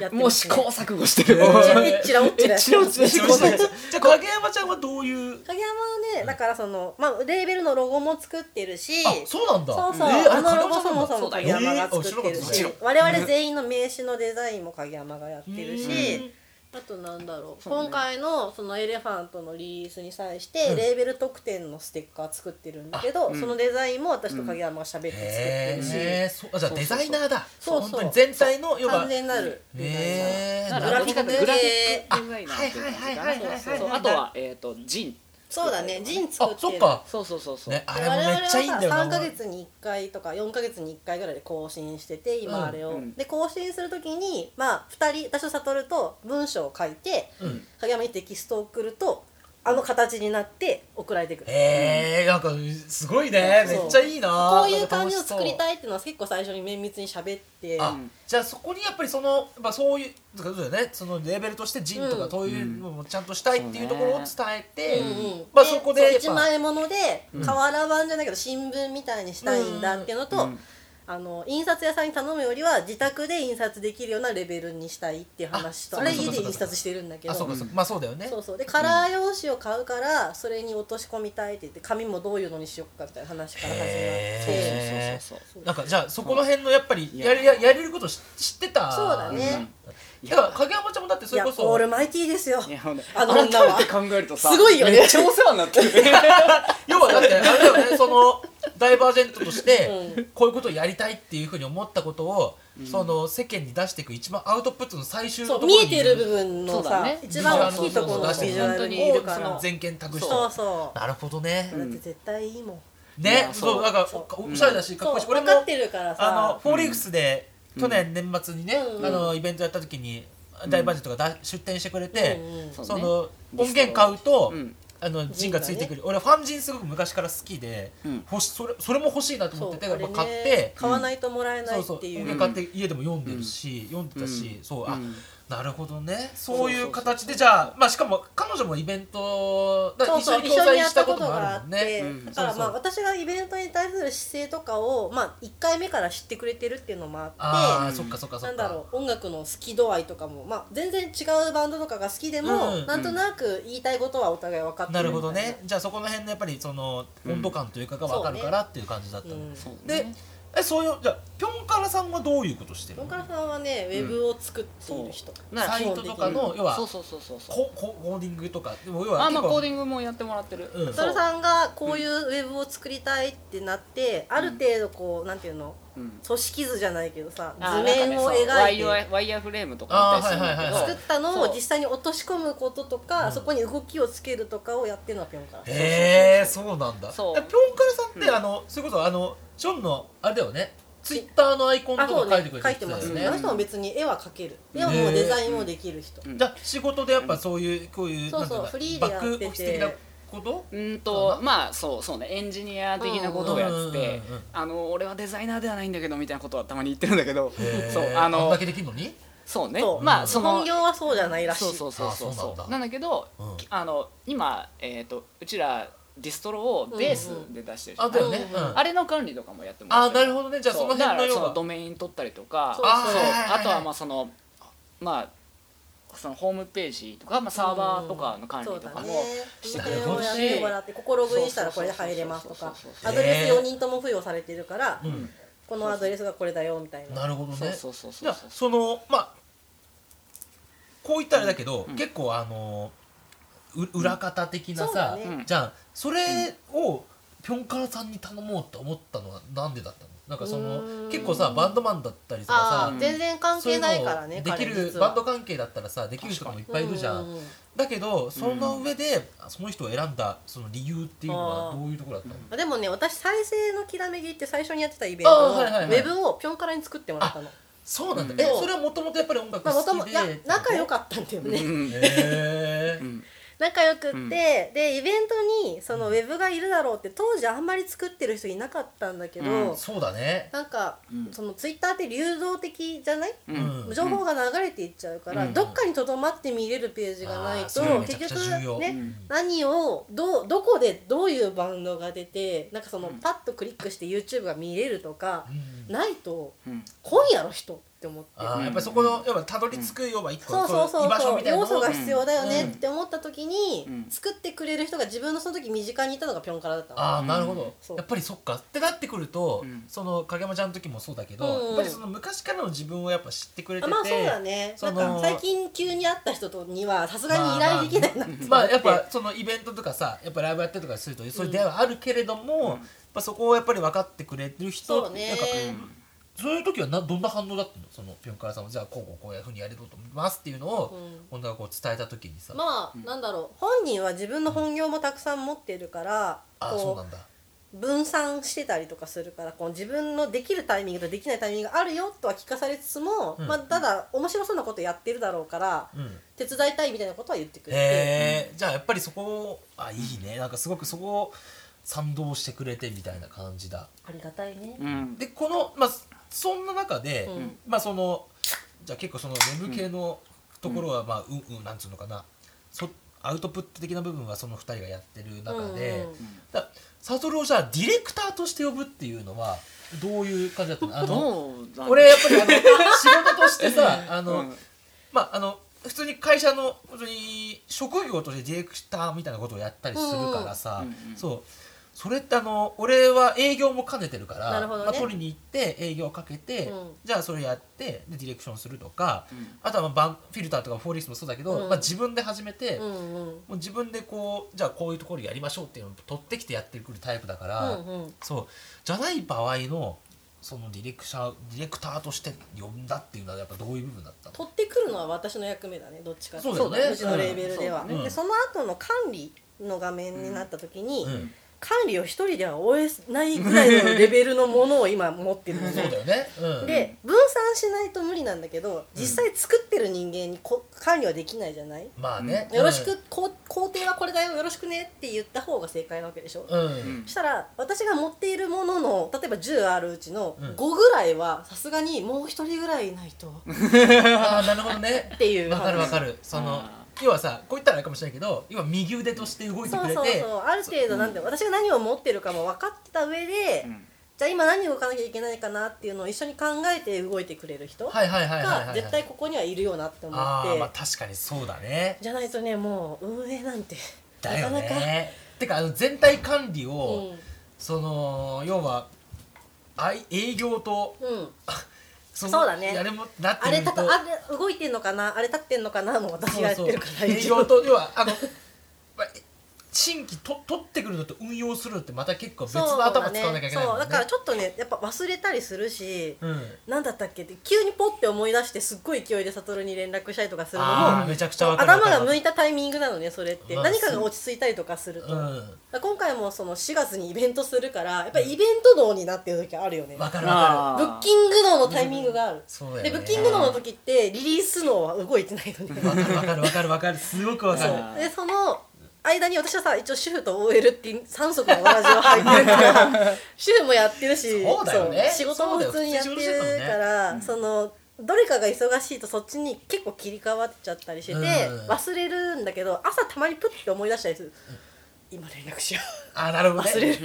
D: やって
G: もう
D: ます
G: 試
D: ね
G: 行錯誤してる、
A: えー
G: もう
D: えっちらおっちら
G: えっちらおっちら
A: ごめんなさいじゃあ影山ちゃんはどういう
D: 影山はねだからその、まあ、レーベルのロゴも作ってるし
A: あそうなんだ
D: そうそう、
A: えー
D: あのロゴ
A: 影
D: そ
A: 山
D: も
A: ちゃ
D: そ
A: ん
D: も
A: なんだ
D: 影山が作って
A: え
D: る
A: ーあ
D: し、
A: 知らなかっ
D: 我々全員の名刺のデザインも影山がやってるし、
A: うん
D: あとなんだろう
G: そうね
D: 今回のそのエレファントのリリースに際して、レーベル特典のステッカー作ってるんだけど、
G: うん
D: そのデザインも私と影山が喋って作って
A: へ
D: るし、
A: えそうあじゃあデザイナーだ
D: そうそう
A: 本当に全体の要は
D: 完全なるデザインが、
A: ねえ
G: だか
A: な
G: ら
A: る
G: と
A: ほ
G: に
A: ど
G: かく
A: ね
G: グラフィックデザイナーっていう
A: あはいはいはいはいはい
G: 感じかなそうそうあとは、えー、とジン
D: そうだねジン作
A: あ
D: って
A: そ
D: る
A: っか
G: そうそうそうそう、
A: ねあ
D: で
A: れもめっちゃいいんだよな
D: 我々はさ3ヶ月に1回とか4ヶ月に1回ぐらいで更新してて
A: うん
D: 今あれを、
G: うん
D: で更新する時にまあ2人私と悟と文章を書いて、
A: うん
D: 影山にテキストを送るとあの形になって送られてくる、
A: えー、なんかすごいねめ
D: そう
A: っちゃいいな
D: こういう感じを作り
A: い
D: たいっていうのは結構最初に綿密に喋って
A: あ
G: ん
A: じゃあそこにやっぱりその、まあ、そういうだからそうだよねそのレーベルとして人と
D: う
A: か
D: ん
A: そういうのもちゃんとしたいっていうところを伝えて、
D: うんうん
A: まあ、そこでやっ
D: そう一
A: ぱ
D: 枚物で瓦版じゃないけど新聞みたいにしたいんだっていうのと、
G: うん
D: あの印刷屋さんに頼むよりは自宅で印刷できるようなレベルにしたいっていう話と
A: あ
D: あれ
A: そう
D: 家
A: かそうかそうか
D: で印刷してるんだけど
A: あそうかそうかまあそうだよね
D: そうそうでカラー用紙を買うからそれに落とし込みたいって言って紙もどういうのにしようかみたいな話から始まっ
A: へ
D: て
G: そうそうそうそう
A: なんかじゃあそこの辺のやっぱり
G: うん
A: やりややれることし知ってた
D: そうだね
A: だから影山ちゃんもだって
D: い
A: それ
D: や
A: こそ
D: オールマイティーですよ
G: いやほんで
D: あの女は
G: 改めて考えるとさ
D: すごいよね
G: めっちゃお世話にな ってる
A: 要はだってあれ だよねそのダイバージェントとして
D: う
A: こういうことをやりたいっていうふうに思ったことを、その世間に出していく一番アウトプットの最終の
D: そ
A: とこ
D: う
A: ろに
D: 見えてる部分の
G: そうだ
D: さ、
G: ね
D: 一番大きいところのビジュアルにいるか
G: そうそう
D: ら
G: そう
A: 全権託して
D: そうそう
A: なるほどね、
D: だって絶対いいもん
G: い
A: ね
G: や
A: そう
G: そう
A: なんか
D: そ
A: おおしゃれだしかっこ
D: そう
A: いいし俺
D: 分
A: も
D: かってるから
A: あの
D: さ
A: フォーリックスで去年年末にね、
D: うん
A: あのイベントやった時に、ダイバージェントがだ出店してくれて、
D: うんうん
A: そ
G: そうね
A: の音源買うと、
G: うん
A: あの
D: ジ
A: 陣
D: ン
A: が
D: がね
A: ついてくる、俺ファンジンすごく昔から好きで、
B: うん
A: 欲しそれそれも欲しいなと
D: そ
A: 思
D: う
A: ってて
D: あ
A: やっ
D: れ
A: ぱ
D: ね
A: 買って、
D: 買わないともらえな
A: そ
D: いうっ
A: そう
D: ていう
A: 俺買って家でも読んでるし、読んでたし、そうあ、
B: うん
A: なるほどね
D: う
A: そういう形でじゃあ、まあ、しかも彼女もイベントだから
D: そ
A: 一緒
D: うそう
A: に
D: 一
A: 共
D: 緒に
A: 催
D: や
A: し
D: った
A: た
D: こ
A: ことともあ
D: があ
A: る
D: っ
A: も
D: て
A: んね。
B: うん
D: だからまあ
A: そう
D: 私がイベントに対する姿勢とかを、まあ、1回目から知ってくれてるっていうのもあって
A: ああ
B: で
A: そっかそっかそっか。
D: なんだろう音楽の好き度合いとかも、まあ、全然違うバンドとかが好きでも、
A: うん
D: なんとなく言いたいことはお互い分かって
A: な
D: る
A: る
D: みた
A: ほ
D: い
A: どねじゃあそこの辺のやっぱりその
B: うん
A: 温度感というかが分かるからっていう感じだった
D: う
A: の、
D: ん
B: そう
A: で
B: ね
A: えそういうじゃあぴょんからさんはどういうことしてる
D: ロ
A: の
D: ンカラさんはねウェブを作っている人、
B: なら
A: サイトとかの要は
B: そうそうそうそうそう
A: コココーディングとかでも要は
B: あまあコーデ
A: ィン
B: ィングもやってもらってる、
A: うん
D: それさんがこういうウェブを作りたいってなって、ある程度こうなんていうの
B: うん
D: 組織図じゃないけどさ
B: あ
D: 図
B: なんか
D: 面を
B: ねそうワ
D: 描い
B: イ
D: て
B: ヤーワイヤーフレームとかみたいするんだけ
A: あー
B: ど
A: はいはいはい
D: 作ったのを
B: そう
D: 実際に落とし込むこととか、
A: うん
D: そこに動きをつけるとかをやってるのはぴょんから
A: へえそうなんだ
B: そう
A: えぴょんからさんって、
B: うん
A: あのそれこそあのションのあれだよねツイッターのアイコンと
D: あ
A: か
D: そう
A: 書いて
D: ね
A: くれ
D: 書
A: てる人
D: いてま
A: だよ
D: す
A: ね
D: ねあの人も別に絵は描ける絵はもうデザインもできる人、
B: うん
A: じゃあ仕事でやっぱそういうこういう
D: そうそう
A: なんてい
D: フリーで
A: の
D: や
A: バ
D: っ
A: ッ
D: てて
A: クオフィス的なこと
B: うんとまあそうそうねエンジニア的なことをやってて、
A: うんうんうんうん
B: あの俺はデザイナーではないんだけどみたいなことはたまに言ってるんだけど
A: へー
B: そうあ
A: ん
B: の
A: だけできるのに
B: そうね
D: そう
B: まあその
D: 本業はそうじゃないらしい
B: そうそうそうそう
A: あそうな
B: そ
A: ん
B: う
A: だ
B: なんだけど、
A: うん
B: あの今、えー、とうちらディストロをベースで出してるじゃ
A: あ
B: ん
A: だよね、
D: うん
A: うん
B: あれの管理とかもやってもら
A: あ
B: って
A: なるほどねじゃあその
B: そうだ
A: 辺
B: か
A: の
B: ら
A: よう
B: そ
A: な
B: のドメイン取ったりとか
D: そう
A: あー
B: そう
A: はいはいはい
B: あとはまあそのまあそのホームページとか、まあ、サーバーとかの管理
D: そう
B: と
D: だ
B: かも、
D: ね
B: して
A: くれるし
D: それをやってもらってここログインしたらこれで入れますと
B: そう
D: か
B: そうそう
A: そう
D: アドレス4人とも付与されてるから、
A: うん
D: このアドレスがこれだよみたいな
A: なるほどね
B: そうそうそう
A: じ
B: そ
A: ゃ
B: う
A: あそのまあこう言ったらあれだけど、
B: うん
A: 結構あのう裏方的な
D: そうだ
A: さ、
D: ね
B: うん
A: じゃあそれをぴょんからさんに頼もうと思ったのはなんでだったのなんかそう
D: ー
A: の
D: ん
A: 結構さバンドマンだったりとか
D: あ
A: さ
D: あ
B: ー
D: 全然関係ないからね
A: そういうので
D: 彼
A: きる
D: 実は
A: バンド関係だったらさできる人もいっぱいいるじゃ
D: うんうう
A: だけどその上で、その人を選んだその理由っていうのは
D: あー
A: どういうところだったの
D: あでもね私再生のきらめきって最初にやってたイベン
A: あ
D: ト
A: ー
D: の
A: はいはいはい
D: ウェブをぴょんからに作ってもらったの
A: そうなんだ、
B: うん
A: えそれはもともとやっぱり音楽
D: まあもと
A: 好
D: も
A: き
D: い
A: で、
D: や仲良かったんだよ
B: う
D: ね
B: ん
A: へ
B: う
A: ー
B: ん
D: 仲良くって、
B: うん
D: でイベントにそのウェブがいるだろうって当時あんまり作ってる人いなかったんだけど、
B: うん
A: そうだね
D: なんか、
B: うん
D: そのツイッターって流動的じゃない、
B: うん
A: うん
D: 情報が流れていっちゃうから、
B: うん
D: どっかにとどまって見れるページがな
A: あー
D: いと
A: それめちゃ
D: 結
A: くちゃ重要
D: 局ね、
A: うん
D: 何をどうどこでどういうバンドが出てなんかそのパッとクリックして YouTube が見れるとか
A: うん
D: ないと
B: うん
D: 今夜の人って思って。
A: あーやっぱりそこの要はたどり着く要は一個
D: そうそう
A: の
D: そう
A: 居場所
D: そ
A: み
D: う
A: たいなの
D: 要
A: を
D: 素が必要だよねって思った時に、
B: うん
D: 作ってくれる人が自分のその時身近にいたのがピョンからだったの
A: ああなるほど、
D: そう
A: やっぱりそっかってなってくると、
B: うん
A: その影山ちゃんの時もそうだけど、
D: うんうん
A: やっぱりその昔からの自分をやっぱ知ってくれて
D: あ
A: て
D: まあそうだね
A: そ
D: な
A: の
D: んか最近急に会った人とにはさすがに依頼できないなって思って、
A: まあやっぱそのイベントとかさやっぱライブやってとかするとそういう出会いはあるけれども、やっぱそこをやっぱり分かってくれる人
D: そうね
A: なんかそういう時はなどんな反応だったのそのピョンカラさんもじゃあこうこうこういうふうにやれようと思いますっていうのを、女がこう伝えた時にさ、
D: まあ、なんだろう本人は自分の本業もたくさん持ってるから、
A: ああそうな
D: こ
A: んだ
D: う分散してたりとかするからこう自分のできるタイミングとできないタイミングがあるよとは聞かされつつも、
A: うん
D: まあ、ただ面白そうなことやってるだろうから、
A: うん
D: 手伝いたいみたいなことは言ってくれて、
A: へえじゃあやっぱりそこをあいいねなんかすごくそこを賛同してくれてみたいな感じだ
D: ありがたいね。
B: うん
A: でこのまあそんな中で、
D: うん
A: まあそのじゃあ結構その眠系のところはまあうんうんなんつうのかなそアウトプット的な部分はその2人がやってる中で、
D: うんうん
A: だサトルをじゃあディレクターとして呼ぶっていうのはどういう感じだったのあの
B: どうだろう
A: 俺やっぱりあの仕事として さあ
B: う
A: の、
B: ん
A: まああの普通に会社の本当に職業としてディレクターみたいなことをやったりするからさ、
B: うんうん
A: そうそれってあの俺は営業も兼ねてるから
D: なるほど
A: ま
D: ね
A: あ、取りに行って営業かけて、
D: うん
A: じゃあそれやってでディレクションするとか、
B: ん
A: あとはまあバンフィルターとかフォーリストもそうだけど、
D: うん
A: まあ、自分で始めて、
D: う
A: も
D: んうん
A: う自分でこうじゃあこういうところやりましょうっていうのを取ってきてやってくるタイプだから、
D: うんうん
A: そうじゃない場合のそのディレクシャーディレクターとして呼んだっていうのはやっぱどういう部分だったの
D: 取ってくるのは私の役目だねどっちかってい
A: そうだよね
D: うちのレーベルでは、
A: うんそうだね
D: でその後の管理の画面になった時に、
A: うん
D: 管理を一人では終えないぐらいのレベルのものを今持っ てるの
A: そうだよね。うん、
D: で分散しないと無理なんだけど実際作ってる人間にこ管理はできないじゃない
A: まあね、
D: よろしく、こう工程はこれだよよろしくねって言った方が正解なわけでしょ、
A: うん、う
B: うんん
D: したら私が持っているものの例えば10あるうちの
A: うん
D: 5ぐらいはさすがにもう一人ぐらいいないとっ
A: ああなるほどね
D: ていう
A: わかるわかるその
B: あ
A: 要はさこう言ったらあれかもしれないけど要は右腕として動いて
D: そ
A: く
D: う
A: れ
D: そう
A: て
D: そうある程度なんて、私が何を持ってるかも分かってた上で、
B: うん
D: じゃあ今何動かなきゃいけないかなっていうのを一緒に考えて動いてくれる人が
A: はいはいはいはいはいはい
D: 絶対ここにはいるよなって思
A: ああまあ
D: って
A: 確かにそうだね
D: じゃないとねもう運営なんて
A: だよ
D: なかなか。
A: ねてかあの全体管理を、
D: う
A: その要はあい営業と
D: ん、うん、
A: そ
D: そうだね
A: あれもなって
D: あ
A: み
D: れ
A: ると
D: たとあれ動いてんのかなあれ立ってんのかなもう私がやっ
A: そう
D: てるか
A: そ
D: ら
A: う営
D: 一応
A: 業と要はあのまあ新規と取ってくるのと運用するのってまた結構別の頭使わなきゃいけない
D: そ
A: も
D: う
A: ね
D: んだねそうだからちょっとねやっぱ忘れたりするし、
A: うん
D: なんだったっけって急にポッて思い出してすっごい勢いで悟に連絡したりとかするのも
A: あーめちゃくちゃわかるわか
D: 頭
A: る
D: が向いたタイミングなのねそれって、
A: まあ
D: 何かが落ち着いたりとかすると、
A: う
D: だか
A: ん
D: ら今回もその4月にイベントするからやっぱりイベント脳になってる時あるよねブ
A: わかるわか
B: あー
D: ッキング脳のタイミングがある
A: る、そうだよ
D: で
A: ね
D: ブッキング脳の時ってリリース脳は動いてないのね
A: わ かるわかるわかるわかるすごくわかる
B: あー
D: でその間に私はさ一応主婦と OL っていう三足の同じを履いてるから主婦もやってるし
A: そうだよね
D: そう仕事も普通にやってる
A: そうだよ普通に仕事して
D: か
A: た
D: らそ,、
B: ね
D: のどれかが忙しいとそっちに結構切り替わっちゃったりしてて、
A: うん
D: 忘れるんだけど朝たまにプッて思い出したりする、今連絡しよ
A: あーなるほど、ね、
D: 忘れ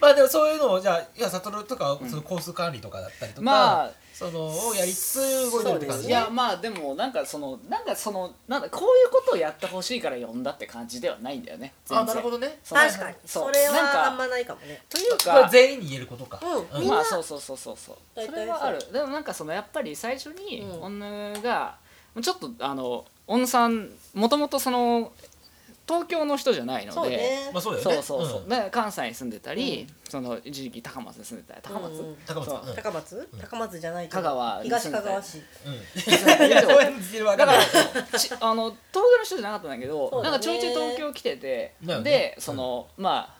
A: まあでもそういうのをじゃあいや悟とかそのコース管理とかだったりとか、
B: まあ
A: そのをやりつつ動いてるって感じ
B: いやまあでもなんかそのなんかそのなんだこういうことをやってほしいから呼んだって感じではないんだよね
A: あなるほどね
D: う
B: そう
D: 確かに
B: そう
D: それ
B: なん
D: は
B: か
D: あんまないかもね
B: という
A: これ
B: か
A: 全員に言えることか、
D: うんみん
B: ま
D: な
B: あそうそうそうそうそう
D: 大
B: そ
D: 体
B: れはあるでもなんかそのやっぱり最初に
D: うん
B: 女がちょっとあの女さんもともとその東京の人じゃないので
D: そうね
A: まあそうだよね
B: そうそうそう、
A: ん
B: で関西に住んでたり、その一時期高松に住んでたり高松、
D: うん
A: 高松さん
B: そう
D: 高松高松じゃないけど
B: 香川
D: 東香川市
A: うんうん
B: だからちあの東京の人じゃなかったんだけど
D: そうだ
B: な
D: ね
B: んかちょいちょい東京来てて、
A: だよね
B: で
A: うん
B: その、ま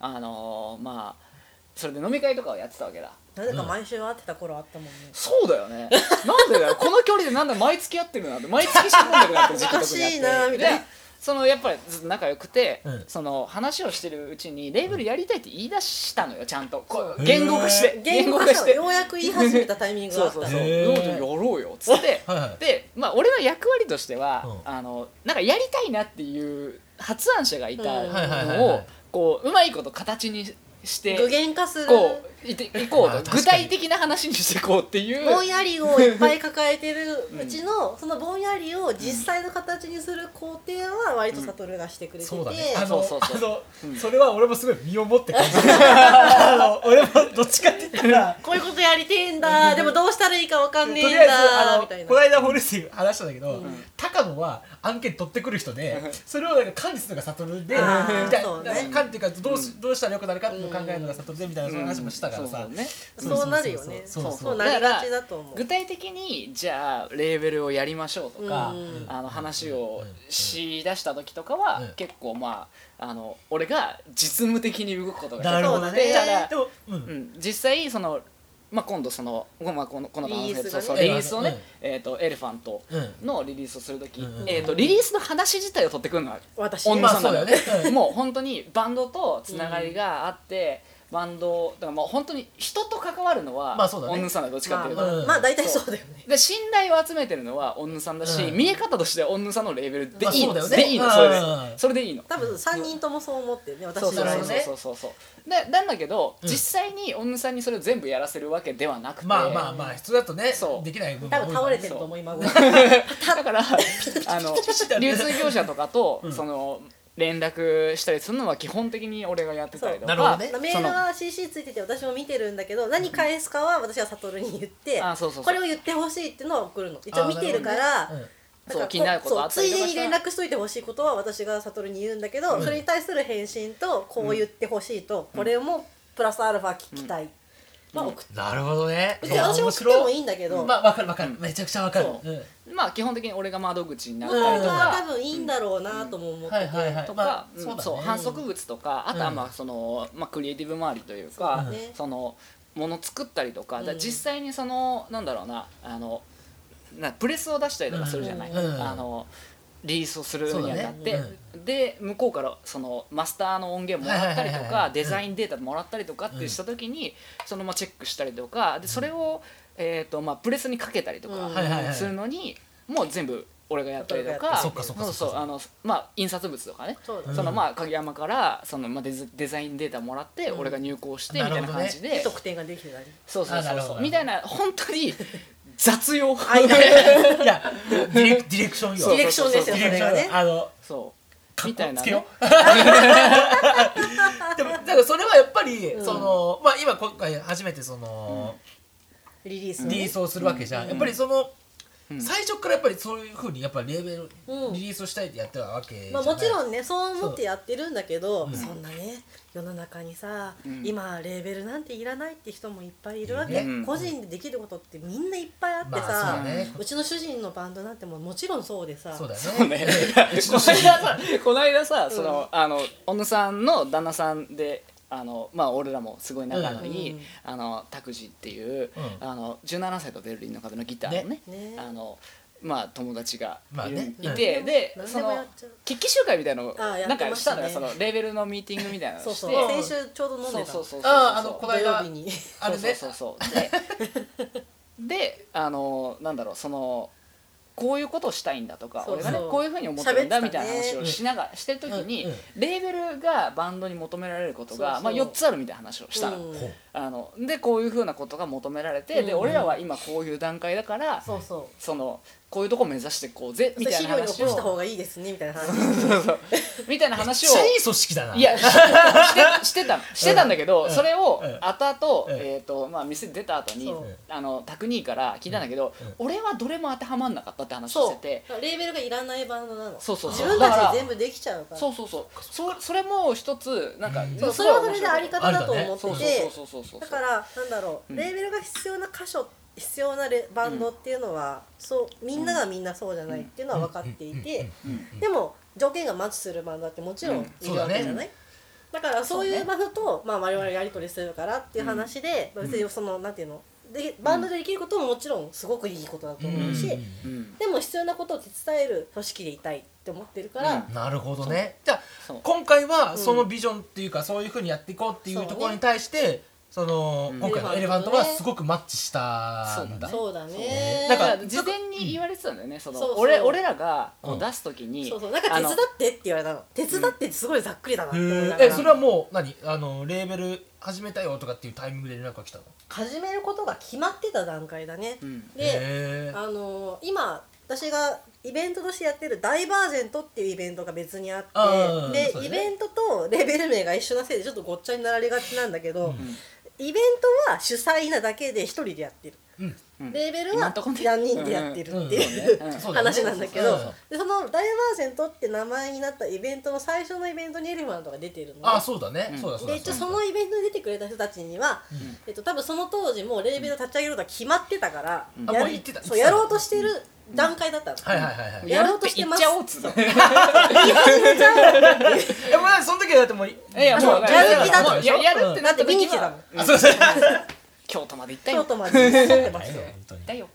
B: ああのまあそれで飲み会とかをやってたわけだ
D: なぜか毎週会ってた頃あったもんね、
B: そうだよね なんでだよこの距離でなんだ毎月やってるなんて毎月しか飲んでくなって時期とかにあって
D: おかしいなみたいな
B: でそのやっぱりずっと仲良くて、
A: うん
B: その話をしてるうちにレーベルやりたいって言い出したのよちゃんとこ
A: へ
B: う
A: ー
B: 言語化して
D: 言語化してようやく言い始めたタイミングが
B: そう
D: あった
B: そ
D: の
B: うそう、
A: へー
B: どうぞやろうよっつって
A: はいはい
B: で、まあ、俺の役割としては、
A: うん
B: あのなんかやりたいなっていう発案者がいた
D: うんはい
A: はいはい
B: の
A: は
B: を
A: い
B: こううまいこと形にして
D: 具現化する
B: こういていこ
A: あー
B: う
A: 確
B: と
A: かに
B: 具体的な話にしていこうっていう
D: ぼんやりをいっぱい抱えてるうちの、そのぼんやりを実際の形にする工程は割と悟がしてくれてて、
A: そうだねあの
B: そうそうそう
A: あのそれは俺もすごい身をもって感じるあの俺もどっちかって言ったら
D: こういうことやりてえんだでもどうしたらいいかわかん
A: と
D: ね
A: り
D: えん
A: あえずあ
D: だ
A: の
D: みたいな
A: この間ホルスで話したんだけど、
B: ん
A: 高野は案件取ってくる人でそれをなんか管理するのが悟でみたい
D: あーそう
A: な、
D: ね
A: 管理っていうかどうし、
B: う
A: どうしたらよくなるかっていうのを考えるのが悟でみたいな、そういう話もしたから
B: うん
A: さ、
B: そうね
D: そうなるよね
A: そうそうそう
D: そうなりがちだと思う
B: 具体的にじゃあレーベルをやりましょうとか、
A: が
D: うん
B: あの話を
A: し
B: しだした時とかは、
A: うん
B: 結構まああの俺が実務的に動くことが
A: なるほどね
B: そうだね
A: でも、うん
B: うん、実際その、まあ、今度その、まあ、このこの番組
D: リリース
B: でそうそ
D: がね
B: うリリースをね、
A: うん
B: えー、とエレファント
A: うん
B: のリリースをする時、
A: うん
B: えー、とリリースの話自体を取ってくるのは
D: 私
B: 女さんなの
A: まあそうだよねうん
B: もう本当にバンドとつながりがあって、バンドだからもう本当に人と関わるのは、
A: まあそうだね
B: 女さんだどっちかっ
D: ま
B: て
D: あ
B: いうと。
D: まあ
A: うん
D: まあ大体そうだよね
B: で信頼を集めてるのは女さんだし、
A: うん
B: 見え方としては女さんのレーベルでいいの、
A: まあそうだよね
B: でいいの
A: うん
B: それでそれでいいの
D: 多分3人ともそう思ってるね私
B: そうそう
A: なるほど
B: そうそ
A: ね
B: うそうそうでなんだけど、
A: うん
B: 実際に女さんにそれを全部やらせるわけではなくて
A: まあまあまあ普通だとね
B: そう
A: できない部分
D: 多
A: も
D: 分
A: 多いから
D: 倒れ
A: ね
D: てると思う今頃うん
B: だからあの流通業者とかと、その連絡したりするのは基本的に俺がやってたりと
A: そ
B: か
A: うなるほどね
D: メールは CC ついてて私も見てるんだけど何返すかは私は悟に言って
B: あそうそうそう
D: これを言ってほしいっていうのは送るの一応見てるか
A: あー
D: ら
A: なるほどねうん
D: だから
B: そう気になることあったりとか
D: そうつい
B: し
D: で
B: た
D: に
B: ら
D: 連絡しといてほしいことは私が悟に言うんだけど、
A: うん
D: それに対する返信とこう言ってほしいと、これもプラスアルファ聞きたい、まあ送っ
A: なるほどね
D: 別に私も送ってもいいんだけど、
A: まあわかるわかるめちゃくちゃわかる
D: そ
A: うん
B: まあ基本的に俺が窓口になっ
D: ま
B: た
D: あ
B: りとか、
D: 多分いいんだろうなとも思ってて、
A: はいはいはい
B: と
A: ま
B: か
A: あ、
B: うん
A: そうだね
B: そう反則物とかあとは
A: うん
B: まあその、まあ、クリエイティブ周りというか
D: そうね
B: そのもの作ったりとかだから
D: うん
B: 実際にそのなんだろうなあのなプレスを出したりとかするじゃない、
A: うん
B: あのリリースをするにあたっ
A: そ
B: て、
A: うだね
B: で向こうからそのマスターの音源もらった
A: はい
B: りと
A: はいはいは
B: か
A: い
B: デザインデータもらったりとかってした時にそのままチェックしたりとかでそれを、えーとまあ、プレスにかけたりとか
D: うん
A: はいはいはい
B: するのにもう全部俺がやったりとか
A: そっかそっかそっか
B: そうそうあの、まあ、印刷物とかね
D: そうだ
A: うん
D: ね
B: そのまあ影山からそのまあデザデザインデータもらって
D: うん
B: 俺が入稿してみたいな感じで、
D: 得点ができてたり
B: そうそう
A: あな
B: そう
A: るほど
B: そうみたいな本当に雑 用
A: いやディレクディレクションよ
B: そう
D: ディレクションです
A: デ
D: よ
A: ィレク
D: それ
A: ショ
D: が
A: ン
D: ね
A: よあの
B: そうみたいな、
A: つけよ
B: ね、
A: でも だからそれはやっぱり、
D: うん
A: そのまあ今今回初めてその、
D: リリース
A: リリー
D: ね
A: スをするわけじゃん、
B: うん
A: やっぱりその、
B: うん
A: 最初からやっぱりそういうふうにやっぱりレーベル、
D: うん
A: リリースをしたいってやってるわけじゃない
D: まあもちろんねそう思ってやってるんだけど
A: そううん
D: そんなね世の中にさ
B: うん
D: 今レーベルなんていらないって人もいっぱいいるわ
A: い
D: け
A: る
B: ね
D: 個人でできることってみんないっぱいあって
A: まあそうだ
D: さ
A: ね、
D: うちの主人のバンドなんてもうもちろんそうでさ
A: そうだね
B: そうねこの間さこの間さその、あの小野さんの旦那さんであのまあ俺らもすごい仲のいい、
D: うん
B: あの拓司っていう、
A: うん
B: あの17歳とベルリンの方のギターのね
D: ね
B: あのまあ友達がいる、
A: まあね
B: いて、で
D: 何
B: そ
D: でもや
B: の
D: っちゃう
B: 決起集会みたいなのを
D: あや
B: なん
D: って
B: か
D: ま
B: し
D: したた
B: のよ
D: ね
B: そのレーベルのミーティングみたいなの
D: そ
B: を
D: う
B: して
D: そう先週ちょうど飲ん
B: そ
D: で
B: う
D: た
B: そうそうそう
A: あーあのこの
D: 土曜
A: 間
D: 日に
A: あれね
B: そうそうそうそうでであのなんだろうそのこういうことをしたいんだとか
D: そうそう
B: 俺がねこういうふうに思ってるんだ
D: 喋っ
B: み
D: てた
B: た
D: ね
B: いな話をしながら、してる時に、
A: うんうん
B: レーベルがバンドに求められることが
D: そうそう
B: まあ、4つあるみたいな話をしたの,、
D: うん
A: ほう
B: あのでこういうふうなことが求められて、で
D: うん
B: 俺らは今こういう段階だから、
D: そうそう
B: そのこういうとこ目指してこうぜみたい
D: 資
B: な
D: 料に
B: 話
D: 起こした
B: を
D: 方がいいですねみたいな話
B: みたいな話
A: め っ
B: を
A: ちゃいい組織だない
B: やししてしてたのしてたんだけど、
A: うん
B: それを
A: うん
B: 後々、
A: うん
B: えーとまあ、店出た後に
D: そう
B: あのタクニーから聞いたんだけど、
A: うんうん
B: 俺はどれも当てはまんなかったって話を
D: そ
B: し
D: う
B: てて
D: レーベルがいらないバンドなの
B: そうそうそう
D: 自分た
B: だから
D: ちで全部できちゃうから
B: そうそうそうそそれも一つなんか、
D: そう
B: す
D: そ
B: ごい面白
D: れはそれで
B: い
D: あり方だと思
B: そう
D: っ
B: そ
D: て
B: う
D: て
B: そうそうそうそう
D: だからなんだろ
B: う
D: うんレーベルが必要な箇所必要なレバンドっていうのはそうみんながみんなそうじゃないっていうのは分かっていて
B: うん
D: でも条件がマッチするバンドだってもちろんいるわけじゃないだからそういうバンドとまあ我々やり取りするからっていう話で
B: ん
D: 別にそのなんていうのでバンドでできることももちろんすごくいいことだと思うし
A: う
B: うん
D: でも必要なことを手伝える組織でいたいって思ってるから
A: んなるほどねじゃ
B: そ
A: あ
B: う
A: 今回はそのビジョンっていうか、そういうふうにやっていこうっていうところに対して、その、
B: うん
A: 今回のエレファントはすごくマッチしたんだ
B: ね
D: そうだね
A: ね
B: だ
A: だ
B: か
A: からら
B: 事前に言われてたんだよねその
D: そうそう
B: 俺俺らがこ
A: う
B: うん出す時に、
D: そうそうなんか
B: あ
D: 手
B: の
D: 伝ってって言われたの手伝ってってすごいざっくりだなって
A: へ
D: 思いな
A: ー
D: が
A: え
D: ら
A: それはもう何あのレーベル始めたよとかっていうタイミングで連絡が来たの
D: 始めることが決まってた段階だね、
B: うん
D: で、
A: へー
D: あのー今私がイベントとしてやってるダイバージェントっていうイベントが別にあって
A: あー
D: で
A: そうだね
D: イベントとレベル名が一緒なせいでちょっとごっちゃになられがちなんだけど、イベントは主催なだけで一人でやってる、
A: うん
B: うん
D: レーベル
B: 今
D: は
B: んとこね
D: 何人でやってるっていう、
B: うんうん
A: そうだよね
D: 話なんだけ
A: う
D: ど
A: ん
D: でそのダイバージェントって名前になったイベントの最初のイベントにエレファントが出てるのね
A: あそうだね、そうだそうだ
D: で一応そのイベントに出てくれた人たちには、えっと、多分その当時もうレーベルを立ち上げることは決まってたから、
A: あ
D: や
A: もう
D: る
A: 言ってた
D: そう
A: 言ってた
D: やろうとしてる段階だったの、
A: はいはいはいはい
D: やろうとしてます
B: やろうって言っちゃおうっつう
A: えもうその時はだってもう
B: のいやもう
D: やる気だ
B: もうややるってな
D: だ
B: っ
D: ったて見
B: 時
D: に来てたも
B: は
D: ん
A: あそうそう
B: 京都まで行った
D: 京
B: よ
D: 都まで来って ましたよ
A: 本当に
B: だよ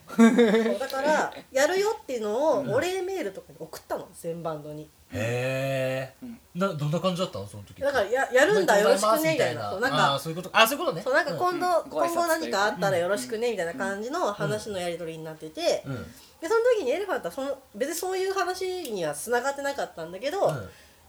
D: そうだからやるよっていうのをお礼メールとかに送ったの全バンドに
A: へえ、などんな感じだったのその時
D: だからややるんだよろしくねみたいなそうなん
A: あ
D: か
A: ーそういうことあそういうことね
D: そうなんか今度、
B: んご挨拶と
D: 今
B: いうか
D: 後何かあったらよろしくねみたいな感じの話のやり取りになってて、
A: うんうん
D: でその時にエレファントはその別にそういう話には繋がってなかったんだけど、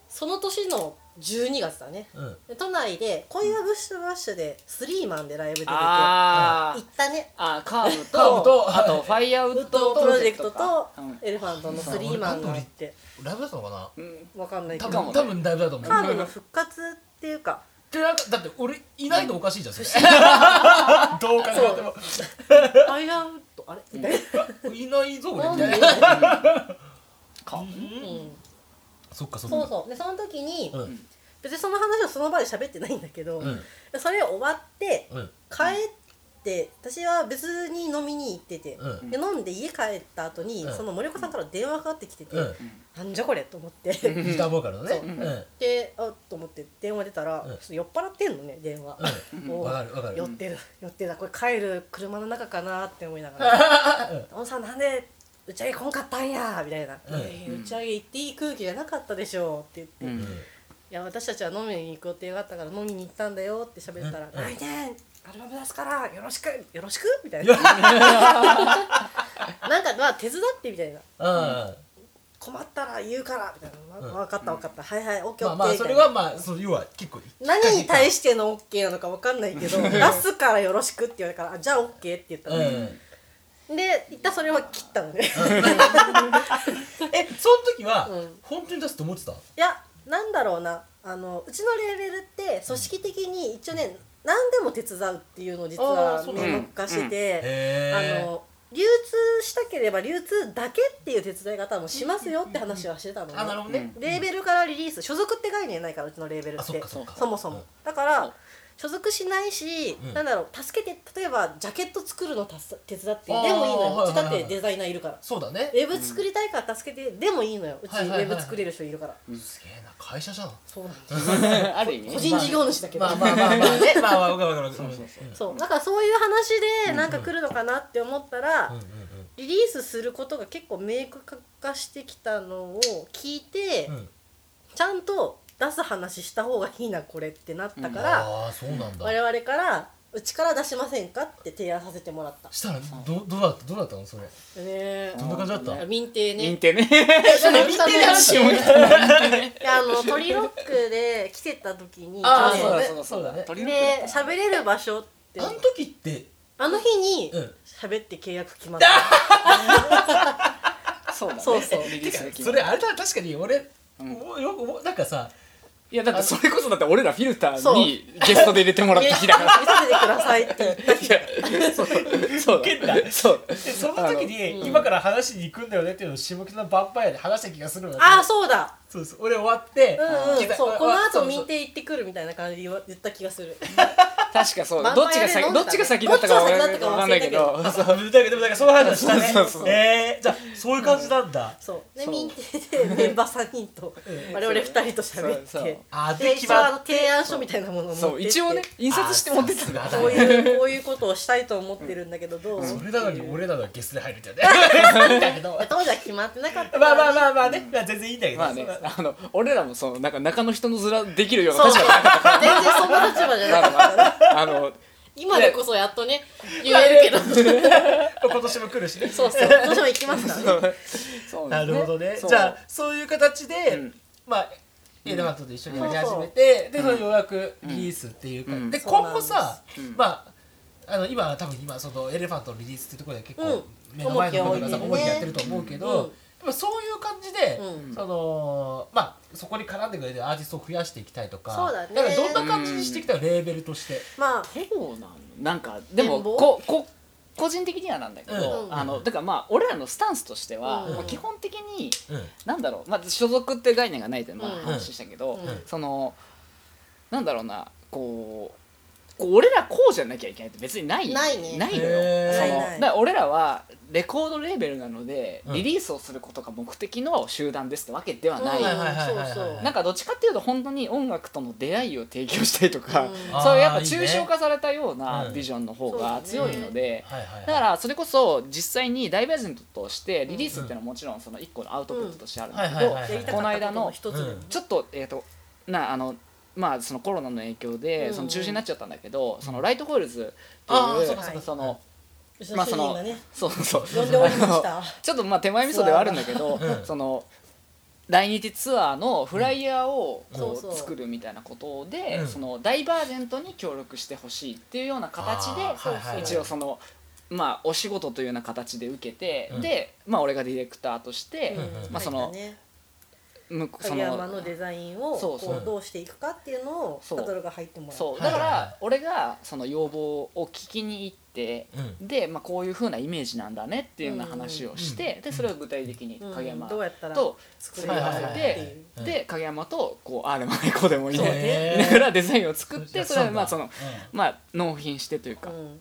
D: その年の12月だね
A: うんうん
D: で都内で「恋はブッシュバッシュ」でスリーマンでライブ出てて行
B: あー
D: ったね
B: あーカーブ と
A: カーブと
B: あとファイアウ
D: ウッ
B: ッ
D: ド
B: ド
D: プ
B: プ
D: ロ
B: ロ
D: ジ
B: ジ
D: ェ
B: ェク
D: クト
B: ト
D: と
B: かうん
D: エレファントのスリーマンがあって
A: ライブだったのかな
B: うん
D: わかんないけ
A: 多
D: ど
A: 分多分ライブだと思う
D: カーブの復活っていうか
A: でなんかだって俺いないのおかしいじゃんそれどう考えても
D: 「アイアウト」あれみたい
A: いないぞ俺
D: な
A: み
D: ん
A: たい
D: で
A: な
B: か
D: うん
A: そっかそっか
D: そうそうでその時に
A: うん
D: 別にその話をその場で喋ってないんだけど
A: うん
D: それ終わって
A: うん
D: 帰って私は別に飲みに行ってて
A: うん
D: で飲んで家帰った後に
A: うん
D: その森岡さんから電話がかかってきてて
A: うん
D: なんじゃこれと思って
A: ギターボーカルのね
D: そううん
A: うん
D: であと思って電話出たら、
A: うん
D: ちょっと酔っ払ってんのね電話、おう
A: わかるわかる
D: 酔ってる酔ってたこれ帰る車の中かなって思いながら「小野さんなんで打ち上げこんかったんやみたいな、
A: うん
D: いやいや打ち上げ行っていい空気じゃなかったでしょうって言って、いや私たちは飲みに行く予定があったから飲みに行ったんだよって喋ったら、来年アルバム出すからよろしくよろしくみ たいななんかまあ手伝ってみたいな
A: うん
D: 困ったら言うからみたいな、わ分かった分かった、はいはいオッケー
A: ま
D: オ
A: あ
D: ッ
A: まあ
D: ケーみ
A: そ
D: たい
A: れ
D: な
A: はまあその要は結構
D: 何に対
A: し
D: しての OK なのか分かんないけど出すからよろしくって言われたからあじゃあ OK って言った
A: う
D: の
A: ん
D: ね、で一旦それは切ったのね い
A: えその時は
D: うん
A: 本当に出すと思ってた
D: やなんだろうなあのうちのレーベルって組織的に一応ね何でも手伝うっていうのを実
A: あー
D: は
A: そう
B: な
D: 明
B: んだ
D: 文化してて、あ
A: へえ
D: の流通したければ流通だけっていう手伝い方もしますよって話はしてたのね、
A: あなるほどね
D: レーベルからリリース所属って概念ないからうちのレーベルって
A: あそっかそっか
D: もそも、
A: うん
D: だから所属しないし、
A: うん
D: なんだろう助けて例えばジャケット作るのたす手伝ってで
A: あ
D: も
A: ー
D: いいのよ、
A: はいう
D: ちだっ
A: はい
D: て
A: はい
D: デザイナーいるから
A: そうだね
D: ウェブ作りたいから助けて、でもいいのようちウ
A: はいはいはい
D: ェブ作れる人いるから、
A: すげえな会社じゃん
D: そうなんです
B: ある意味
D: 個人事業主だけど、
A: まあまあまあまあ ねまあまあわかるわかるわかる
D: そうだからそういう話でなんか来るのかなって思ったら、
A: うんうんうん
D: リリースすることが結構明確化してきたのを聞いて、
A: うん
D: ちゃんと出す話した方がいいなこれってなったから、
A: ああそうなんだ
D: 我々から「うちから出しませんか?」って提案させてもらった
A: したらどどうだったどうだったのそれ
D: ねえ
A: どんな感じだった
D: 民邸ね
B: 認定ね
D: いやあのトリロックで来てた時に
A: ああ
D: 去
A: そうだ
D: 年
A: そうだそうだね
B: 鳥の
D: で喋れる場所って
A: あの時って
D: あの日に
A: うん
D: 喋って契約決まった
B: そうだね
D: そうそう
B: リリースできる
A: それあれだ確かに俺
B: ん
A: もうよくもうなんかさ
B: いやだってそれこそだって俺らフィルター
D: そう
B: にゲストで入れてもらっ
D: 見
B: た
D: させ
B: 日
D: て
B: だから
D: くださいって言った日
B: いやそうそう
H: けんだ
B: だそう
H: でその時に今から話しに行くんだよねっていうのを下北のバンパイアで話した気がするわけ
D: ああそうだ
A: そうそう俺終わって
D: うんう
A: 聞いた
D: んそうこの
A: あそ
D: 後
A: うそう
D: 民邸行ってくるみたいな感じで言わ言った気がする
B: 確かそう
D: ま
B: だ
D: ん
B: ど
D: ま
B: っちが
D: やで飲
B: 先
D: ん
B: どっ
D: だ
B: ちが先だったかわ
D: どっちが先だったか
B: かんないけど
A: あそうだけどでもなんかその話したね
B: そうそうそう
A: えー、じゃあそういう感じなんだ、
D: そうで
B: そう
D: 民邸でメンバー3人と我々2人と喋
B: そ
D: っ
B: うそう
D: て
A: あで
D: で
A: 決
D: 一応あ
A: ま
D: の
A: っ
D: 提案書みたいなものを持ってっ
B: そ
D: て
B: う一応ね印刷して持ってったんだ
A: あ
D: こういうこういうことをしたいと思ってるんだけどどう
A: それなのに俺らのゲスで入るんだよ ねだけど
D: 当時は決 まってなかった
A: まあまあ
D: あ
A: まあまあね、まあ、全然いいんだけど、
B: まあね
A: そんな
B: あの俺らもそのなんか中の人の面できるような
D: そう
B: 確
D: 全
B: か
D: 然
B: に
D: その立場じゃなかったから
B: あの
D: 今でこそやっとね言えるけど
A: 今年も来るしね
D: そうそうどうしても行きますからね
B: そう
A: なるほどね
B: そう
A: じゃあそういう形で、
B: うん
A: まあエレファントと一緒にやり始めて、でそのようやくリリースっていうか、
B: うん
A: で
D: そうなん
A: 今後さ、
B: ですうん
A: まああの今は多分今そのエレファントのリリースっていうところで結
D: うん
A: 構目の前のことがさ重
D: 重きを置いて
A: き
D: ね
A: やってると思うけ
D: うん
A: ど、でもそういう感じで、
D: うん
A: そのまあそこに絡んでくれるアーティストを増やしていきたいとか
D: そうだね
A: からどんな感じにしていきたいのレーベルとして。
D: まあ
B: そうなのなんかでも
D: 展望
B: ここ個人的にはなんだけど、
D: うん
B: あのだからまあ俺らのスタンスとしては、
D: うん
B: まあ基本的に
A: うん
B: なんだろうまず所属って概念がないってまあ
D: うん
B: 話したけど、
D: うん
B: そのなんだろうなこう。こう俺らこうじゃなきゃいけないって別にない
D: ないね
B: の
A: へ
B: よ
A: ー
B: その
D: ないない
B: だから俺らはレコードレーベルなので、
A: うん
B: リリースをすることが目的の集団ですってわけではない、
D: うん
A: はいはいはいはいはい
D: そうそう
B: なんかどっちかっていうと本当に音楽との出会いを提供したいとか、
D: うん
B: そういうやっぱ
A: あーいいね
B: 抽象化されたような
A: うん
B: ビジョンの方が強いので、
A: はいはいはい
B: だからそれこそ実際にダイバージェントとしてリリースっていうのはもちろんその一個のアウトプットとしてあるんだけ
A: うん
B: ど
A: はいはいは
D: や
A: い
D: りたかったことの一つで
A: うん
B: ちょっとえっ、となあのまあそのコロナの影響
D: う
B: で
D: ん
B: その中止になっちゃったんだけど、そのライトホイールズってい
A: あーそう
B: う
A: か
D: そうか
B: その
D: うちの主人がね
B: そうそう
D: 呼んでおりまし
B: あの
D: た
B: ちょっとまあ手前味噌ではあるんだけど
A: ツアーがうん
B: その来日ツアーのフライヤーを
D: うん
B: こ
D: そう
B: う
D: そう
B: 作るみたいなことで、
A: うん
B: そのダイバージェントに協力してほしいっていうような形で
A: あーはいはいはい
B: 一応その。まあ、お仕事というような形で受けて、
A: うん
B: で、まあ、俺がディレクターとして、
A: うん
B: まあ、その
D: ね
B: 向こうそ
D: 影山の
B: の
D: デザインを
B: そうそう
D: こうどうしていくかっていうのを
B: そう
D: カトルが入ってもらう
B: そうだ
A: は
B: か
A: いはいはい
B: ら俺がその要望を聞きに行って、
A: う
B: で、まあ、こういうふうなイメージなんだねっていうような話をして、でそれを具体的に
D: うん
B: 影山
D: どうやったら
B: と
D: 作れるかって
A: はい
B: はいはい
D: いう
A: うん
B: で影山とこうああでもないこうでもいい
A: そうね
B: ねだから デザインを作ってそれはまあそ
A: うん
B: のまあ納品してというか、
D: うん
A: うん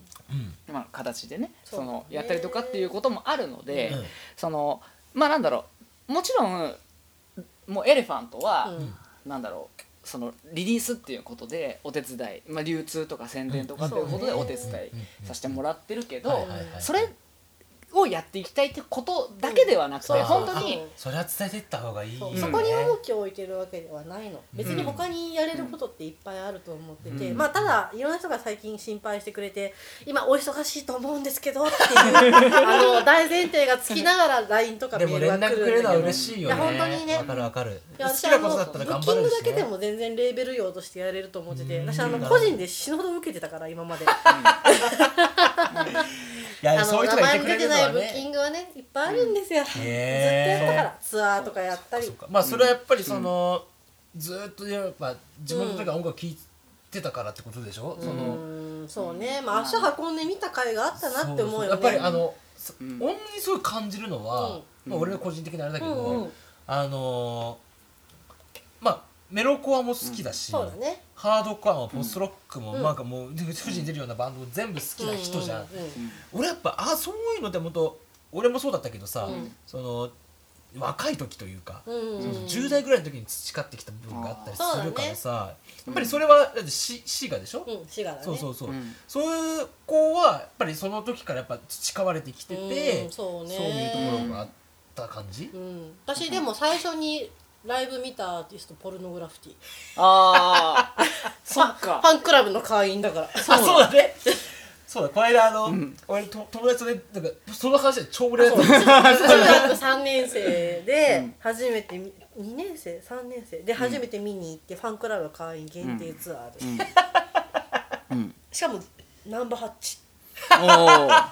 B: まあ、形でね
D: そう
B: そ
D: だね
B: のやったりとかっていうこともあるので、
A: うん
B: そのまあなんだろうもちろんもうエレファントは、
D: うん
B: なんだろうそのリリースっていうことでお手伝い、まあ、流通とか宣伝とかっていうことで
D: うん
B: お手伝いさせてもらってるけど、
A: はいはいはい
B: それををやっていきたいってことだけではなくて、
D: そう
B: 本当に
A: それは伝えていった方がいいよ
D: そう
A: ね
D: そこに重きを置いてるわけではないの別に他にやれることっていっぱいあると思ってて、まあただいろんな人が最近心配してくれて今お忙しいと思うんですけどっていうあの大前提がつきながら LINE とかメ
A: でも
D: ール
A: 連
D: が来
A: 絡
D: るん
A: く
D: だ
A: れ
D: け
A: るのは
D: ど
A: 嬉しいよね
D: いや本当にね
A: わかるわかる
D: い
A: 好
D: や私
A: きなことだったら
D: あの
A: 頑
D: ブ
A: 張れ
D: ッキング
A: る
D: だけ
A: し
D: で
A: ね
D: も全然レーベル用としてやれると思ってて
A: うん
D: 私あの
A: うん
D: 個人で死ぬほど受けてたから今まで
A: いや
D: あ
A: そう
D: の
A: いう人
D: 名
A: がいて
D: 前に
A: く
D: 出
A: れる
D: て
A: の
D: ない
A: は
D: ブッキ
A: ね
D: ングはねいっぱいあるんですよ、ずっとやった
A: へ
D: か
A: ー
D: らツアーとかやったり
A: そうかまあそれはやっぱりそのずーっとやっぱ自分の時から音楽聴いてたからってことでしょその
D: うんそうねまあ足運んでみた甲斐があったなって思うよね
A: やっぱりあのそ
B: うん
A: 音にすごい感じるのは、まあ、俺の個人的なあれだけど、
D: うんうん
A: あのーまあメロコアも好きだし、
D: そうだね
A: ハードコアもポストロックも、なんかもう宇宙人出るようなバンドも全部好きな人じゃん、
D: うんうんうん
A: 俺やっぱあそういうのって本当俺もそうだったけどさ、
D: うん
A: その若い時というか、
D: うんうんうん
A: 10代ぐらいの時に培ってきた部分があったり
D: あー
A: するからさ、やっぱりそれはだってシシガでしょ、
D: うん、滋賀だね。
A: そうそうそう、
B: うん
A: そういう子はやっぱりその時からやっぱ培われてきてて、
D: うんそうね
A: いうところがあった感じ、
D: うん、私でも最初にライブ見たアーティストポルノグラフィティ。
B: ああそっ
D: フ
B: か
D: ァンクラブの会員だから。
A: あそうだねそうだこの間あの、俺と友達とねなんかその話で超盛り上がった
D: 中学3年生で初めてみ2年生3年生で初めて見に行ってファンクラブの会員限定ツアーで、
B: うん
D: しかもナンバーハッチ
B: おー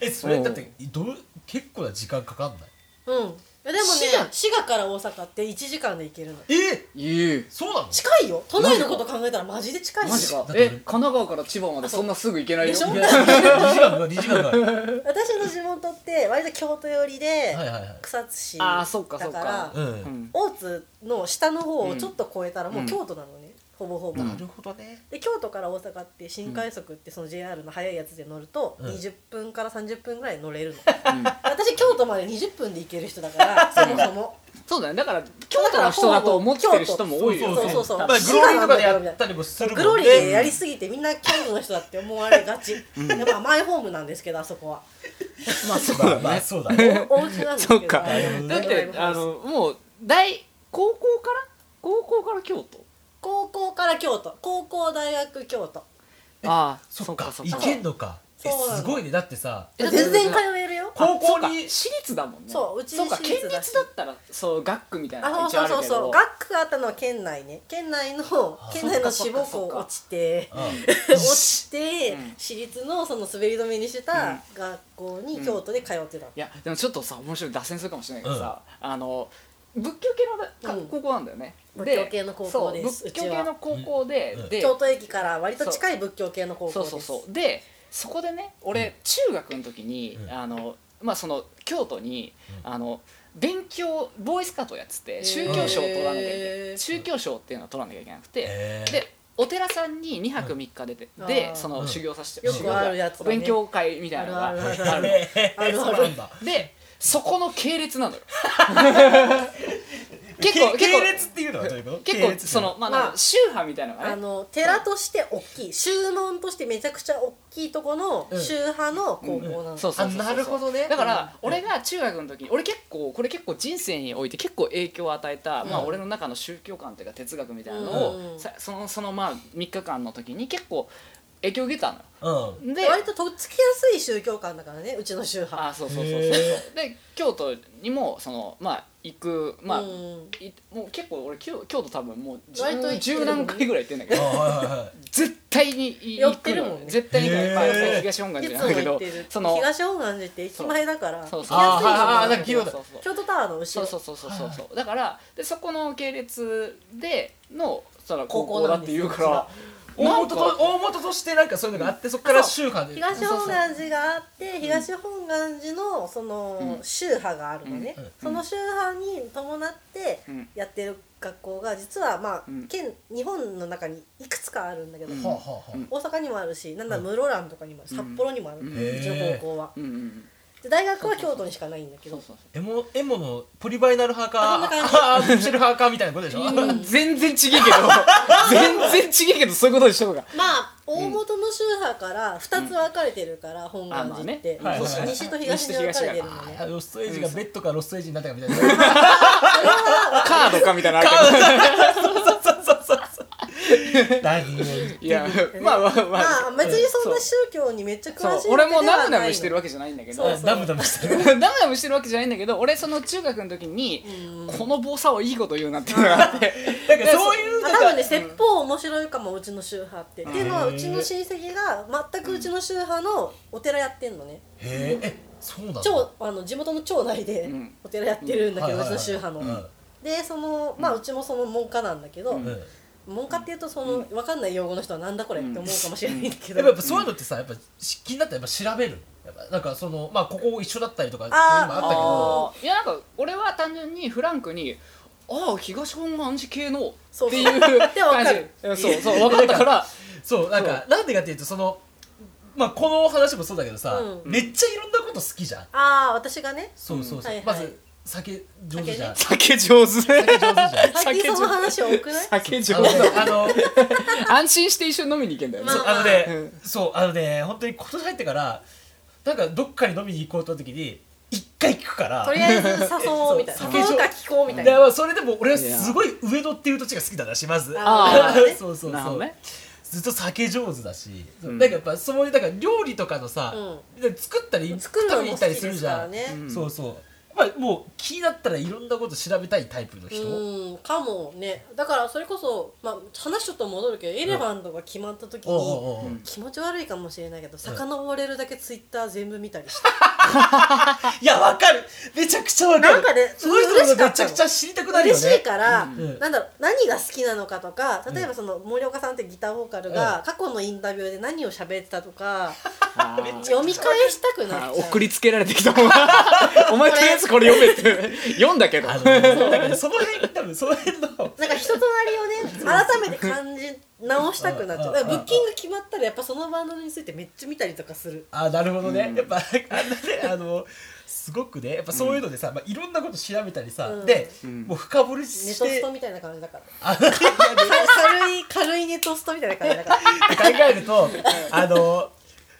A: えそれだってどう結構な時間かかんない
D: うんいやでもね
A: 滋賀
D: 滋賀から大阪って1時間で行けるの
A: え
B: 言う
A: そうなの
D: 近いよ都内のこと考えたらマジで近い
B: マジ
D: し
B: か
A: だって
B: え神奈川から千葉までそんなすぐ行けないよ
D: でしょ
A: いや2時間かかる2時間かかるは
D: 私の地元って割と京都寄りで
A: いはいはい
D: 草津市
B: あーそっかそ
D: だ
B: っ
D: か
B: から
A: うん、
B: うん
D: 大津の下の方をちょっと越えたらもう京都なのね、ほぼほぼ、
A: なるほどね
D: で京都から大阪って新快速ってその JR の速いやつで乗ると
A: うん
D: 20分から30分ぐらい乗れるの、私京都まで20分で行ける人だからそもそも
B: そうだねだから京都の人だと思ってる人も多いよ
D: そう
B: ね
D: そうそうそう
A: まあグローリーとかでやったりもするもんね
D: グローリーでやりすぎてみんな京都の人だって思われがち、やっぱマイホームなんですけどあそこは
B: まあそう
A: まあ
B: だ
A: まあ
B: ね
A: そうだね
D: おお家なんですけど
B: そっか
D: マイホーム
B: だってあのもう大高校から高校から京都
D: 高校から京都高校大学京都
B: ああ
A: そっか
B: そっ
A: い
B: か
A: けんのかえ
D: そうなの
A: すごいねだってさ
B: えだ
D: 全
B: って
D: 然通えるよ
A: 高校
B: あそう
A: に
B: か私立だもんね
D: そううち
B: そうか
D: 私
B: 県
D: 立
B: 立
D: だ
B: だ
D: し
B: ったらそう学区みたいなのが
D: あ
B: 一応
D: そう
B: ある
D: そう
B: け
D: そうそう
B: ど
D: 学区があったのは県内ね県内の県内の志望校落ちて
A: うん
D: 落ちて
B: うん
D: 私立のその滑り止めにして
B: うん
D: た学校に京都で通ってたの
B: いやでもちょっとさ面白い脱線するかもしれないけどさ、あの仏教系の
D: う
B: か
D: ん
B: 高校なんだよね、
D: 仏教系の高校です
B: そう
D: う
B: 仏教
D: ちは
B: 系の高校で、
A: うん
B: で
D: 京都駅から割と近い仏教系の高校
B: そう
D: です
B: そうそうでそこでね俺、
A: うん
B: 中学の時に、
A: うん
B: あのまあその京都に、あの勉強ボーイスカートをやって
D: へー
B: て宗教賞を取らなきゃいけない、
D: へー
B: 宗教賞っていうのを取らなきゃいけなくて、
A: へー
B: でお寺さんに2泊3日出て、
D: うんあ
B: で
D: ー
B: その修行させて、
D: うん
B: 修行が
D: よくあるやつだね
B: 勉強会みたいなのが
D: あるある
B: ある
D: ある あ
A: そう
D: る
A: なんだ
B: でそこの系 列なのよ結構
A: け
B: 結構
A: 系列っていうのはどういうこと
B: 結
A: 系
B: 構
A: 列
B: そのまあなん
D: まあ
B: か宗派みたいなの
D: あ
B: がね
D: の寺として大きい宗門としてめちゃくちゃ大きいとこの
A: うん
D: 宗派の高校なの、
B: そうそうそうそう
A: あなるほどね
B: だから俺が中学の時に俺結構これ結構人生において結構影響を与えた、まあ、俺の中の宗教観というか哲学みたいなのを、
D: うん
B: さそのそのまあ3日間の時に結構影響を受けたの
A: うん
B: よで
D: 割ととっつきやすい宗教観だからねうちの宗派
B: あそうそうそうそうそうで京都にもそのまあ行くまあ、
D: うん
B: いもう結構俺京京都多分もう十
D: 割と行って
B: 十
D: るもんね
B: 何回ぐらい行ってんだけ
A: あ
B: ど
A: はいはいはい
B: 絶対に行く
D: 寄ってるもんね
B: 絶対に行くの
A: へー
B: まあそれ東本願
D: いつ
B: 寺な
D: も
B: んだけ
D: 行っ
B: ど
D: てる
B: その
D: 東本願寺って駅前だから
B: そう
D: 行き
B: そう
D: や
A: あ
D: すい
A: ーあーあーなん
D: よ
A: か聞いたことある
B: そうそうそう
D: 京都タワーの後
B: そう
D: ろ
B: そうそうそうそうそうだからでそこの系列でのその高校だっていうから
A: 大
B: なん
A: 元
B: か
A: と大元としてなんかそういうのがあってそこから宗派で
D: 東本願寺があって東本願寺のその
B: うん
D: 宗派があるのね、
A: うんうん
D: その宗派に伴って
B: うん
D: やってる学校が実はまあ
B: うん
D: 県日本の中にいくつかあるんだけど、
B: うん
A: はあはあはあ
B: うん
D: 大阪にもあるしなんだ室蘭とかにもある、
B: うん
D: 札幌にもある、う
B: うん
D: ちの高校は、
B: うんうん
D: で大学は京都にしかないんだけど
B: そう
A: エモエモのポリバイナル派
D: あそんな
A: か
D: 感じ
A: アーティフィシャル派かみたいなことでしょ
B: そう全然ちげえけど 全然ちげえけどそういうことでしょうが
D: まあ大元の宗派から2つ分かれてるから、本願寺って、
B: あまあね
D: 西
A: はい
D: 西と東に分かれてるのね
A: あ ロストエイジがベッドかロストエイジになったかみたい な
B: カードかみたいなのあるけど
H: 何
B: いやまあまあまあ、
D: まあ別にそんな宗教にめっちゃ詳しいわ
B: そう
D: けでは
B: 俺
D: ないの
B: もダムダムしてるわけじゃないんだけど
D: そう
A: ダムダムしてる
B: ダムダムしてるわけじゃないんだけど俺その中学の時にこの坊さんはいいこと言うなって いうのがあって
A: なんかそういう
D: まあ、多分ね説法面白いかもうちの宗派って、っていうのはうちの親戚が全くうちの宗派のお寺やってんのね、
A: へええそうなんだ
D: 町あの地元の町内で
B: ん
D: お寺やってるんだけど、
A: うん
D: う
A: はい
D: ち
A: はいはい
D: の宗派の、
A: うん
D: でそのまあうちもその門下なんだけど、
A: うん
D: 門下っていうとその、分かんない用語の人はなんだこれって思うかもしれないんだけ
A: やっぱ
D: ど、
A: やっぱそういうのってさやっぱし気になったらやっぱ調べるやっぱなんかそのまあここ一緒だったりとかっていうのもあったけど
B: い
D: あ
B: やなんか俺は単純にフランクにああ東本願寺系の
D: そうそう
B: っていう
D: でわ
B: 感
D: か
B: じ
D: る
B: うんそうそう分かったから
A: そうなんかなんでかっていうとそのまあこの話もそうだけどさ、
D: うん
A: めっちゃいろんなこと好きじゃん、
D: ああ私がね
A: そうそうそう、
D: はいはい
A: まず酒上手じゃん
B: 酒上手
A: 酒上手じゃん
D: 最近その話多くない
B: 酒
A: あ
B: 上
A: のね
B: 手
A: あの
B: 安心して一緒に飲みに行けんだよね
D: ま
A: そうあのね、
B: うん
A: そうあのね本当に今年入ってからなんかどっかに飲みに行こうと時に一回聞くから
D: とりあえず誘おうみたい
A: そう
D: な誘うか聞こうみたい
A: で
D: な
A: まあそれでも俺はすごい上野っていう土地が好きだなしまず
B: あ
D: ー ね
A: そうそうそう
B: なるほどね
A: ずっと酒上手だし、
B: ん
A: なんかやっぱそういうなんか料理とかのさ、作ったり
D: 作る
A: 食
D: の
A: べに行
D: も好
A: ったり
D: き
A: す
D: で
A: る
D: す
A: じ
D: か
A: ゃ
D: ら
A: ん、
D: ね
A: そうそうやっぱりもう気になったらいろんなこと調べたいタイプの人、
D: うんかもねだからそれこそ、まあ、話ちょっと戻るけどエレファントが決まった時
A: おう
D: に
A: おうおう
D: 気持ち悪いかもしれないけど遡れるだけツイッター全部見たりして
A: いやわかるめちゃくちゃわかる
D: なんかね
A: その人のことめちゃ
D: 嬉
A: く
D: し
A: ち
D: か
A: ゃ知りたくなるよね
D: 嬉しいから、
A: ん
D: なんだろう何が好きなのかとか例えばその森岡さんってギターボーカルが過去のインタビューで何を喋ってたとか、
B: あー
D: 読み返したくな
B: あ
D: っ
B: ー
D: ちゃう
B: 送りつけられてきたもん お前とりあえずこれ読めって読んだけど
A: あのだからその辺多分その辺の
D: なんか人となりをね改めて感じ直したくなっちゃうだからブッキング決まったらやっぱそのバンドについてめっちゃ見たりとかする
A: あなるほどね、やっぱあんなねあのすごくねやっぱそういうのでさ、まあ、いろんなこと調べたりさ、
D: うん
A: で、
B: ん
A: もう深掘り
D: ネ
A: し
D: トス
A: て
D: トみたいな感じだから
A: あの
D: 軽い軽いネトストみたいな感じだから
A: 考えるとあの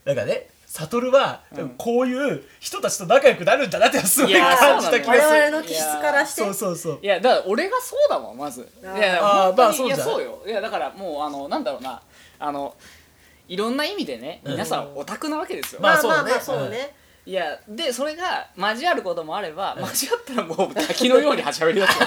A: なんかね悟は、こういう人たちと仲良くなるんだなってすごい
B: いや
A: 感じた気がす
D: 我
A: る
D: 々の気質からして
A: そうそうそう
B: いやだから俺がそうだもんまずい
D: あー
B: や
A: あー
B: 本当に
A: まあそう
B: い
A: じゃ
B: や
A: ん
B: そうよいやだからもうあのなんだろうなあのいろんな意味でね皆さんオタクなわけですよ、
A: まあ
D: まあまあ
A: そうだね
D: まあそうね
B: いやでそれが交わることもあれば交わったらもう滝のようにはしゃべりだすよ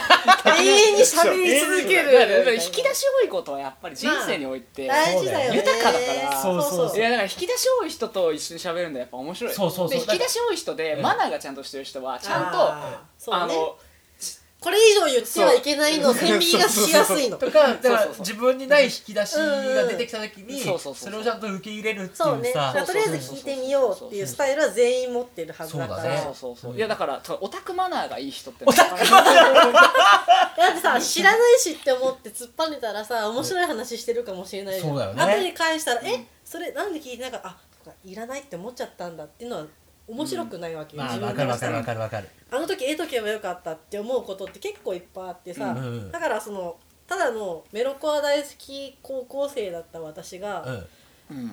D: 永遠に喋り続け
B: だ
D: る
B: からだから引き出し多いことはやっぱり人生において、
D: 大事だよね
B: 豊かだから
A: そうそう
B: いやだから引き出し多い人と一緒に喋るんだやっぱ面白い
A: そうそうそう
B: で引き出し多い人でマナーがちゃんとしてる人はちゃんと
D: あーそうね
B: あの
D: これ以上言ってはいけないの線引きがしやすいの
A: とかだか
B: そう
A: ら
B: そうそう
A: 自分にない引き出しが出てきた時に、
B: うんそうそうそ
A: そ
B: う
A: れをちゃんと受け入れるって
D: そう
A: い
D: ね
A: う
D: じゃ
A: さ
D: あとりあえず聞いてみようっていうスタイルは全員持ってるはずだか
A: そう
D: ら
A: だね
B: そうそうそういやだからそうオタクマナーがいい人って
A: オタクマ
B: ナ
D: だってさ知らないしって思って突っぱねたらさ面白い話してるかもしれないじゃん
A: そうだよね
D: 後に返したらえそれなんで聞いてなかったあそっかいらないって思っちゃったんだっていうのは面白くないわけよ、
A: まあ
D: 自
A: わか
D: 分か
A: る
D: ら
A: わ
D: し
A: か
D: た
A: る
D: ら
A: わかるわかる
D: あの時絵とけばよかったって思うことって結構いっぱいあってさ、
A: うんうん
D: だからそのただのメロコア大好き高校生だった私が、
A: うん
B: うん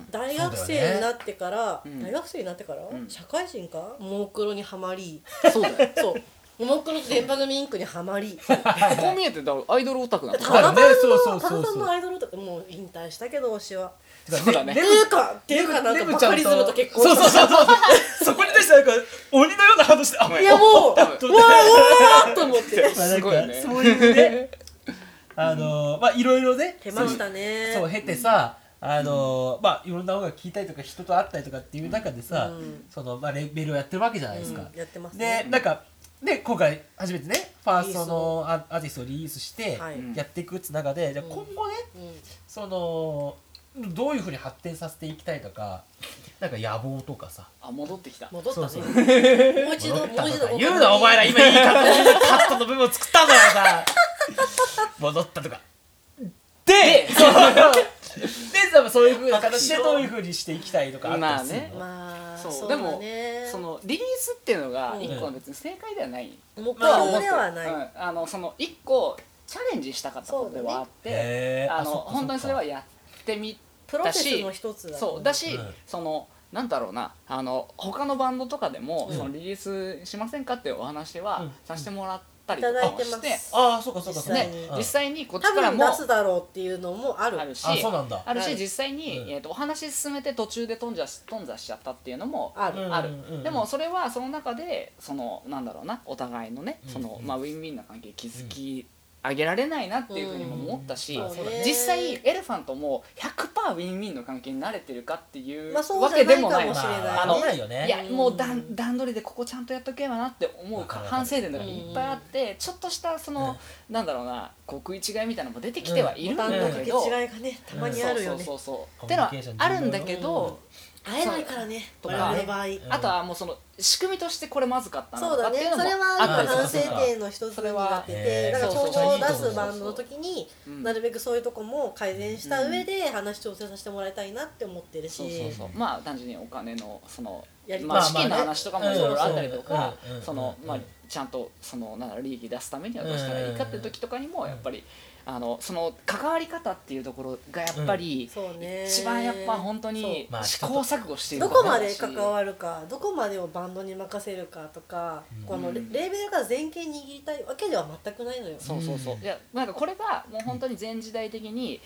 D: 大学生になってから、
B: そうだよねうん
D: 大学生になってから、
B: ん
D: 社会人かももクロには まり
B: そうだよ
D: そうももクロと電波組インクにはま り
B: こう見えてだからアイドルオタクなの
D: ただ
A: だ
D: さ
A: よね
D: んの
A: そうそう
D: た
A: そ
D: だ
A: う
D: さ
A: そ
D: ん
A: う
D: のアイドルとかもう引退したけど推しは。
B: そうだね
D: っていうかっていうかなんかバカリズムと結婚した
A: そうそうそうそうそこに対してなんか鬼のような反応してあ
D: いやもうわー
A: 分
D: わーわーと思って
B: すごいよね
A: そういうねあのーまあいろいろね
D: 出ましたね
A: そう経てさ、あのーまあいろんな音楽聴いたりとか人と会ったりとかっていう中でさ、
D: うん
A: そのまあレベルをやってるわけじゃないですか、
D: うんやってます
A: で
D: ね
A: なんかで今回初めてねファーストのアアーティストをリリースして
D: はい
A: やっていくっつう中で、じゃあ今後ね
D: うん
A: そのどういうふうに発展させていきたいとかなんか野望とかさ
B: あ戻ってきた
D: 戻ったね
A: そう戻ったと
D: もう一度もう一度
A: か言うなお前ら今いいカットカットの部分を 作ったんだよさ戻ったとか
B: で
A: そう
H: さんもそういうふうな形でどういうふうにしていきたいとかあったりするの、
B: ま
D: まあ
B: そう
D: そう
B: で
D: だ
B: も
D: ね
B: そのリリースっていうのが
D: うん
B: 一個の別に正解ではない、
D: 目標
H: まあ
D: ではない、
B: うん、あのその一個チャレンジしたかったことではあって、
A: へー
B: あ
A: そ
B: の
A: っかそっか
B: 本当にそれはやってみ
D: プロセスの一つだ
B: そうだし、
A: うん
B: そのなんだろうなあの他のバンドとかでも、
A: うん
B: そのリリースしませんかっていうお話は、
A: うん
B: させてもらったりとかも
D: いただい
B: してて
D: ます
A: ああそうかそうかそうか
D: 実際に
A: うん
B: 実際にこっ
D: 多
B: ちから
D: 分
B: も
D: 出すだろうっていうのもある
B: あるし
A: あそうなんだ
B: ある
D: は
B: し
D: い
B: 実際に、
A: うん
B: えー、とお話進めて途中で頓挫し頓挫しちゃったっていうのも
D: あ
A: うん
D: る、
B: ある、
A: うんうん
B: でもそれはその中でそのなんだろうなお互いのね、
A: うん
B: その
A: うん
B: まあ、ウィンウィンな関係築き上げられないなっていうふうにも思ったし、
D: うんそうだね
B: 実際エレファントも100%ウィンウィンの関係に慣れてるかっていう
D: まあそう
B: わ
D: じゃ
B: け
D: な
B: で
D: いか
B: もな
D: も
B: い,、
D: しれないね
A: まあわかんないよね
B: いやもう段
D: うん
B: 段取りでここちゃんとやっとけばなって思う
A: わかるわか
B: か
A: る
B: 反省点とかいっぱいあって、ちょっとしたその、なんだろうなこう食い違いみたいなのも出てきてはいるんだ
D: 段
B: け
D: のかけ違い
B: ど、
D: がねたまにあるよね、
B: そうそ
A: コ
B: うそうそうっ
A: ミュ
B: ての
A: ニ
B: は
A: ケーション
B: あるんだけど、
D: 会えないからね
B: と
D: と
B: か
D: かの場合、
A: うん
B: あとはもうその仕組みとしてこれまずかったな
D: そ
B: と
D: う
B: か
D: だ
B: って
D: ね
B: いうの
D: そ
B: も
D: れは
B: あ
D: あ
B: っ
D: の
B: たり
D: 反
B: する
D: 省
A: か
D: 点の一つになってて
A: それ
D: だか
A: は
D: ら
A: そう
D: 調
A: そう
D: 子を出
A: そうそう
D: すバンドの時に
B: うん
D: なるべくそういうとこも改善した上で話調整させてもらいたいなって思ってるし
B: そうそうそうまあ単純にお金のその
D: やり
B: まあ
A: まあ
B: 資
A: まあね
B: 金の話とかもいろいろあったりとか
A: うんうんうん
B: その
A: うん
B: まあちゃんとそのなんだろう利益出すためにはどうしたらいいかっていう時とかにもやっぱりあのその関わり方っていうところがやっぱり
D: そうね
B: 一番やっぱ本当に
A: そう
B: 試行錯誤している
D: どこまで関
B: る
D: わるかどこまでをバンドに任せるかとか、このレレーベルが全権握りたいわけでは全くないのよ
B: そうそうそう
A: うん
B: いやなんかこれがもう本当に全時代的に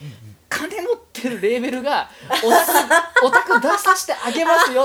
B: 金持ってるレーベルがオ タクオタク出させてあげますよ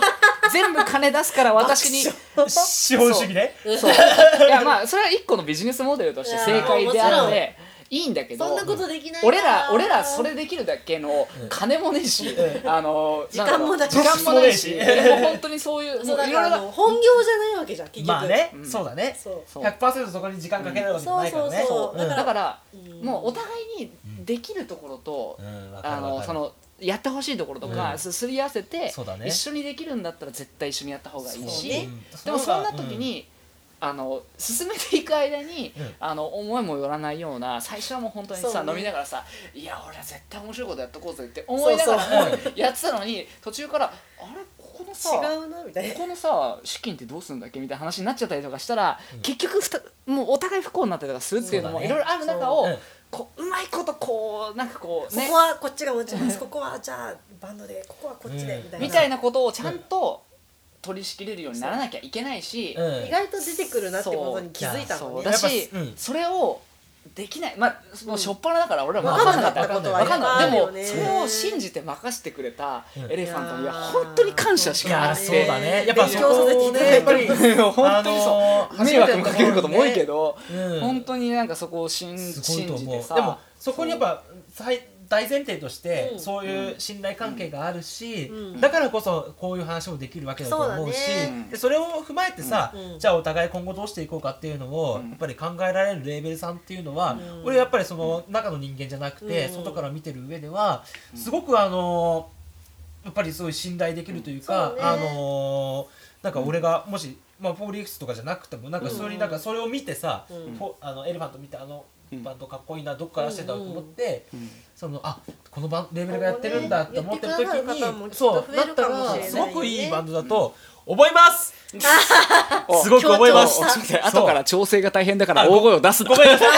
B: 全部金出すから私に
H: 資本主義ね
B: そういやまあそれは一個のビジネスモデルとして正解であっ
D: いや
B: ていいんだけど
D: そんなことできない
B: 俺ら俺らそれできるだけの金もねえし、あの
D: 時間も
B: な
D: なんい
B: だろう時間もねえし
H: 時
B: もう本当にそういう
D: そ
B: も
D: う
B: う
D: だ
B: い
D: か
B: ろい
D: らあ
B: ろ
D: の本業じゃないわけじゃん結局、
H: まあね、
B: うん
H: そうだね
D: そう
B: そう
H: 100%そこに時間かけられるわけじゃないからね
D: そうそうそう
H: うん
B: だから、
D: うん
B: もうお互いにできるところと、
A: うんわかる
B: あの
A: わか
B: そ
A: る
B: のやってほしいところとか、
A: うん
B: すすり合わせて、
A: そうだね
B: 一緒にできるんだったら絶対一緒にやった方がいいし、
D: そうね
B: でもそうなった時、に、あの進めていく間に、
A: うん
B: あの思いもよらないような最初はもう本当に
D: そ
B: さ、
D: うね
B: 飲みながらさ「いや俺は絶対面白いことやっとこうぜ」って思いながら
A: そうそう
B: もうやってたのに途中から「あれここのさ
D: 違うなみたいな
B: ここのさ資金ってどうするんだっけ?」みたいな話になっちゃったりとかしたら、結局ふたもうお互い不幸になったりとかするっていうのも
A: そうだね
B: いろいろある中を
A: う
B: うんこううまいことこうなんかこう
D: こ
B: ね
D: こはこっちが持ちますここはじゃあバンドでここはこっちで、
A: うん
D: みたいな
B: みたいなことをちゃんと取り仕切れるようにならなきゃいけないし。
A: うんうん
D: 意外と出てくるなってことに気づいたの
B: そう
D: ね
B: だし、
A: やっぱうん
B: それをできないまあその初っ端だから俺ら
A: わ
B: 分
A: か
B: か
A: ん
B: ん
A: なか
B: な
A: っ
B: かったた
A: ことは
B: 分かんなかったで
D: わか
B: も
D: んないよね
B: それを信じて任せてくれた
A: うん
B: エレファントにはい
D: やー
B: 本当に感謝し
A: い
B: か
A: や
B: な
A: ー
B: く
A: そ
B: て
A: うだねやっぱそ
D: 勉強させて
A: こ
D: いた
A: ね
D: だ
A: や
D: い
A: ってぱり
B: 本当にそ
A: あ
B: う
A: のー
B: 迷惑もかけることも多いけど、
A: うん
B: 本当になんかそこを信
A: すごい
B: 信
A: と
B: じて
A: 思う
B: さ
A: でもそこにやっぱ最大前提として、
D: うん
A: そういう信頼関係があるし、
D: うん
A: だからこそこういう話もできるわけだと思うし
D: そうだ
B: ね
A: でそれを踏まえてさ、
D: うん
A: じゃあお互い今後どうしていこうかっていうのを、
B: うん
A: やっぱり考えられるレーベルさんっていうのは、
D: うん
A: 俺やっぱりその中の人間じゃなくて、
D: うん
A: 外から見てる上ではすごくあのーやっぱりすごい信頼できるというか、
D: そうね
A: あのーなんか俺がもし、まあ、フォーリークスとかじゃなくてもなんかそれになんかそれを見てさ、
D: うん
A: フォあのエレファント見てあの
B: うん
A: バンドかっこいいなどっからしてんだろうと思って、
B: うん
A: そのあこのバンレーベルがやってるんだって思ってる時
D: 今後ね
A: に、
D: 言ってくださる方もきっと
A: そう
D: 増
A: だ
D: え
A: っ
D: る
A: た
D: かもしれないよ
A: ら
D: ね
A: すごくいいバンドだと思います、
B: お
A: すごく思いま
B: ち
A: す
B: ょっと待って後から調整が大変だから大声を出すな
A: ごめんなさい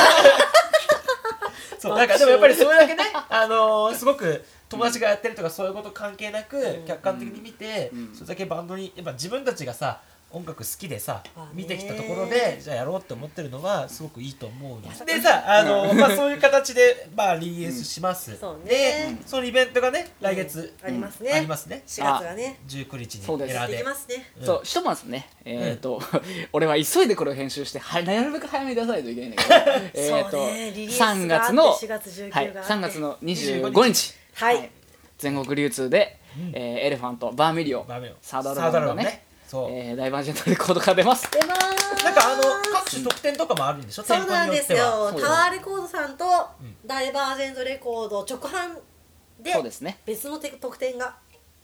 A: そうなんかでもやっぱりそれだけ ね、あのーすごく友達がやってるとかそういうこと関係なく客観的に見て、
B: うん
A: それだけバンドにやっぱ自分たちがさ音楽好きでさ
D: まあね
A: 見てきたところでじゃあやろうって思ってるのはすごくいいと思うのでさ、あのーまあ、そういう形で、まあ、リリースします、
D: そう
A: で
D: ね
A: そのイベントがね来月、
D: ありますね
A: ありますね
D: 4月がね
A: 19日に
B: そうです
A: エラー
D: で
A: で
D: きますね
A: うん
B: そう、ひとまずね、えっ、と、 俺は急いでこれを編集して、はなるべく早めに出さないといけないんだけど、えっと、
D: そうねリリースがあっ
B: 3月
D: て
B: の、
D: 4月19
B: はい、
D: があって
B: 3月の25
A: 25
B: 日、
D: はい
B: 全国流通で、えーエレファント、バーミリオ
A: バーミリオ、
B: サードアルバム
A: サード
B: のね、
A: アルバムねそう
B: えー大バージェントレコードから出ます。
D: 出ます
A: なんかあの各種特典とかもあるんでしょ
D: そうなんですよ
B: そうです
D: タワーレコードさんとダイバージェントレコード直販で
B: そうですね。
D: 別の特典が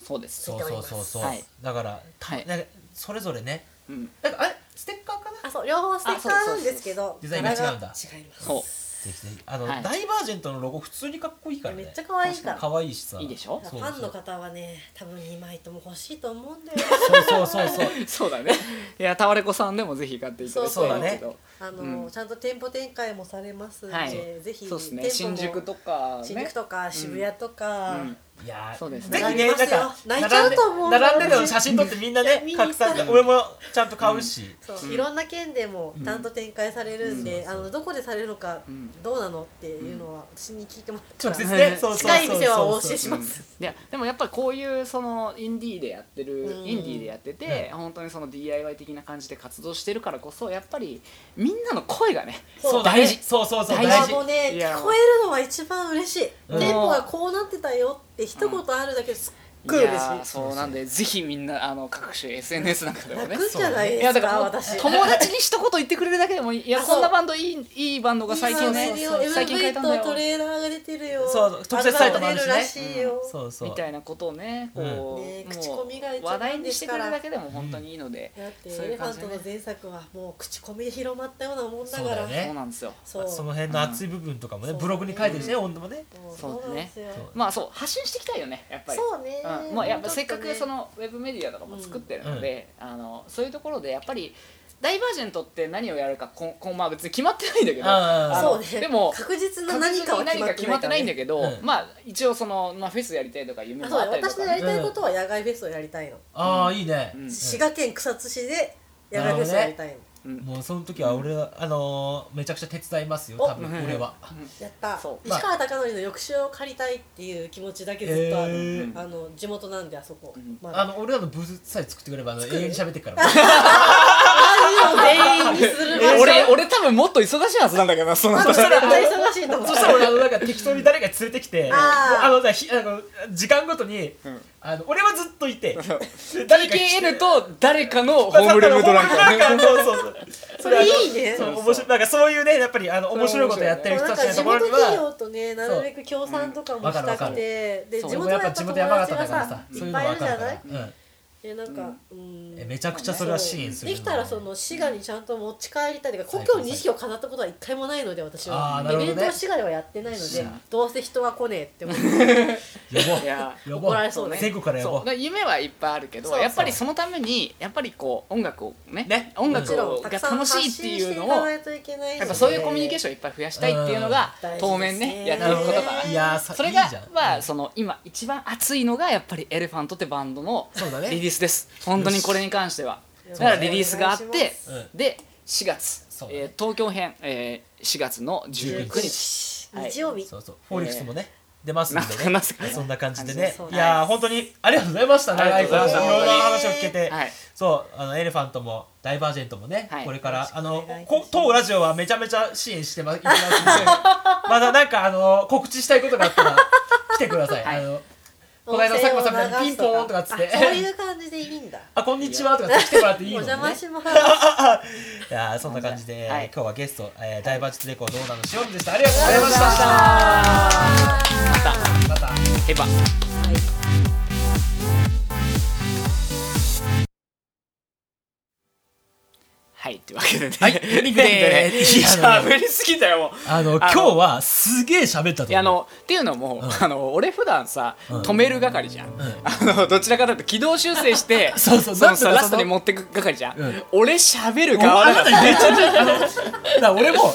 B: そうです。
A: そうそうそうそう、
B: はい
A: だから、
B: はい
A: なんかそれぞれね
B: うん。
A: なんかあれステッカーかな
D: あそう両方ステッカーなんですけど
A: デザインが違うんだ
D: 柄が違います
B: そう。
A: ぜひぜひあの、
B: はい
A: ダイバージェントのロゴ普通にかっこいいからね
D: めっちゃ可愛いから
A: 可愛いしさ
B: いいでしょ
D: ファンの方はね多分2枚とも欲しいと思うんだよ
A: そうそうそう
B: そうだねいやタワレコさんでもぜひ買っていただきたいんですけど
D: あの、
B: うん
D: ちゃんと店舗展開もされますんで、
B: はい
D: ぜひ
B: そうですね
D: 店舗も
B: 新宿とかね
D: 新宿とか渋谷とか、
B: うん
A: いやー
B: そうですね
A: ぜひねなんか
D: 泣いちゃうと思う
A: 並んで並んでたの写真撮ってみんなね
D: 見に行
A: 拡
D: きたい
A: 散俺もちゃんと買うし、
D: そう、
B: うん
D: いろんな県でもちゃんと展開されるんで、あのどこでされるのか
B: うん
D: どうなのっていうのは私に聞いてもら
A: 直
D: った
A: 接
D: ら、
A: ねそうそうそうそう
D: 近い店はお教えします、
B: いやでもやっぱりこういうそのインディーでやってる、
D: うん
B: インディーでやってて、本当にその DIY 的な感じで活動してるからこそやっぱりみんなの声がね
A: そうだね
B: 大事
A: そうそうそう
B: 大
A: 大
B: 事
A: 事
D: もうね
B: いや
D: 聞こえるのは一番嬉しい、
A: うん
D: 店舗がこうなってたよって一言あるだけですっごい嬉しい
B: やーそうなんでぜひみんなあの各種 SNS なんかでもね
D: 楽じゃない
B: い
D: で
B: や
D: す
B: だ
D: か
B: からもう
D: 私
B: 友達に一言言ってくれるだけでもいいいや
D: あそう
B: こんなバンドいいいいバンドが最近ね
D: 今売れるよ
B: 最近書いたんだ
D: MV とト
B: よ
D: レーラーが出てるよ
A: そう特設サイトもあるしね
D: アルバム出らしいよ、
A: そうそう
B: みたいなことをねこ
D: うんね
B: う
D: 口コ
B: も
D: ミが一
B: う
D: 番
B: 話題にしてくれるだけでも本当にいいので
D: だって
B: そう
D: エ
B: い
D: レ
B: う
D: ファ
B: 感
D: ン
B: じ
D: ト
B: で
D: の
B: ね
D: 前作はもう口コミで広まったようなもんだ
A: そう
D: か
A: だ
D: ら
A: よね
B: そうなんですよ
D: そう
A: その辺の熱い部分とかもね、ブログに書いてるしね、温度もね。
D: もう
B: そう
D: そうなんですよ
A: そう
B: まあそう発信していきたいよねやっぱり
D: そうね
B: うん、まあやっぱ
D: ち
B: せ
D: ょ
B: っ
D: と
B: か
D: ね
B: くそのウェブメディアとかも作ってるので、あのそういうところでやっぱりダイバージェントって何をやるかここうまあ別に決まってないんだけど
A: あ
B: あ
D: そ
B: の
D: うね
B: でも
D: 確実な何かは
B: 確実に何か決まってないんだ
D: け
B: けど、
A: うん
B: まあ一応その、まあ、フェスやりたいとか夢
D: そ
B: も
D: う
B: あったりと
D: 私の
B: か
D: や
B: ね、
D: りたいことは野外フェスをやりたいの、
A: ああ、いいね
B: う。ん
D: 滋賀県草津市で野外フェスをやりたいの、
A: もうその時は俺は、あのー、めちゃくちゃ手伝いますよ、多分
B: お
A: 俺は。
D: やった
B: そう
D: 石川貴教の抑止を借りたいっていう気持ちだけずっとある、
A: え
B: ー
D: あの地元なんであそこ、
B: ん
D: ま
A: あ
D: あ、
A: の、俺らのブースさえ作ってくれば、あの、永
D: る
A: 遠に喋ってっ から。そ
D: ああいうの全員にする
B: え俺俺多分もっと忙しいはずなんだけどなその後
A: したら、
D: 絶対忙しいと思う
A: そしたら俺、あの、なんか適当に誰か連れてきて、
D: あー
A: あの、だひあの時間ごとに
B: ん、
A: あの、俺はずっといて、誰か来て
B: TKN と誰かのホームルームドランカー
A: なんかそうそうそう。
D: それいいね
A: そ
D: そう
A: う、面白い。なんかそういうね、やっぱり、あの、面白いことやってる人
D: なん
A: た
D: か
A: ちの
D: 地
A: ところ
D: 元
A: に
D: 企
A: は、
D: 業とねなるべく協賛とかも
A: わか
D: し
A: るわ
D: た
A: かる
D: くて、で
B: そう
D: 地
A: 俺
D: 元
A: も
D: の
A: や
D: や
A: っ
D: っ
A: ぱ
D: ぱ
A: 地元山
D: 地元
A: 形
D: 山形
A: だか
D: だからら
A: さ
D: さ、
A: そうい
D: いうっ
A: の
D: ぱいい
A: わ
D: る
A: か
D: じ
A: る
D: ゃ
A: か
D: ない
A: ら。うん
D: でなんか、うん
A: えめちゃくちゃそれは支援する
D: で
A: よ
D: きたらその滋賀にちゃんと持ち帰りたいというか故
A: 最高
D: 郷に意識を飾ったことは一回もないので私
A: あー
D: は
A: なるほどね
D: イベントを滋賀ではやってないの
A: 滋
D: で
A: 賀
D: どうせ人は来ねえって思って
A: 呼ぼ
B: いや
A: う呼ぼ
D: 怒られそうね
A: 全国から呼ぼ
B: そううだから夢はいっぱいあるけど
D: そうそう
B: やっぱりそのためにやっぱりこう音楽をね
A: ね
B: 音
D: も
B: 楽
D: ちろ
B: を
D: ん
B: が
D: たくさん
B: 楽
D: 発
B: しい
D: 信
B: っ
D: してて
B: いう
D: い
B: の
D: か
B: を
D: ないといけないので
B: やっぱそういうコミュニケーションをいっぱい増やしたいっていうのが
D: うん
B: 当面ねやっていくことか
D: そう
A: い
B: な。
A: やーさ
B: それ
A: い
B: が
A: いじゃん
B: まあその今一番熱いのがやっぱりエレファントってバンドの
A: そうだね
B: リリースです本当にこれに関しては
D: よ
B: だ
D: し
B: からリリースがあっ
D: お願い
B: て
D: し
A: ますうん
B: で4月
A: そうだね
B: えー東京編えー4月の19
D: 19
B: 日
D: 日
B: はい
D: 日曜日
A: そうそうフォーリックスもね出ますん
B: なん
A: で
B: かな
A: ね
B: んすか
A: そんな感じで
D: 感
A: ね
D: じそう
A: いやー本当にありがとうございました
B: ありがとうございました
A: いろんな話を聞けて
B: はい
A: そうあのエレファントもダイバージェントもね
B: はい
A: これからあ
D: よろ
A: の
D: しくお願いいたしま
A: こ
D: す
A: 当ラジオはめちゃめちゃ支援してまいきますんでまだなんかあの告知したいことがあったら来てください
B: はい
A: あのこの間佐久間さんみたいにピンポーンとかっつって
D: あそういう感じでいい んだ
A: あこんにちはとか来てもらっていい
D: お
A: のね
D: 邪魔します
A: いやーそんな感じで、
B: はい
A: 今日はゲスト、えー、ダイバージェットレコードオーナーのしおんでしたありがとうございましたまた
B: ヘバはいってわけでね
A: はいリンクで
B: で いや喋りすぎだよもう
A: あの今
B: あの
A: 日はすげえ喋ったと思う
B: いやあのっていうのも、あの俺普段さ、止める係じゃん、あのどちらかというと軌道修正して
A: そうそう
B: の
A: なんとか
B: さ
A: その
B: ラストに持ってく係じゃん、
A: うん
B: 俺喋る
A: あ
B: 側
A: あな
B: だか
A: た
B: ら
A: めちゃめちゃあのだから俺も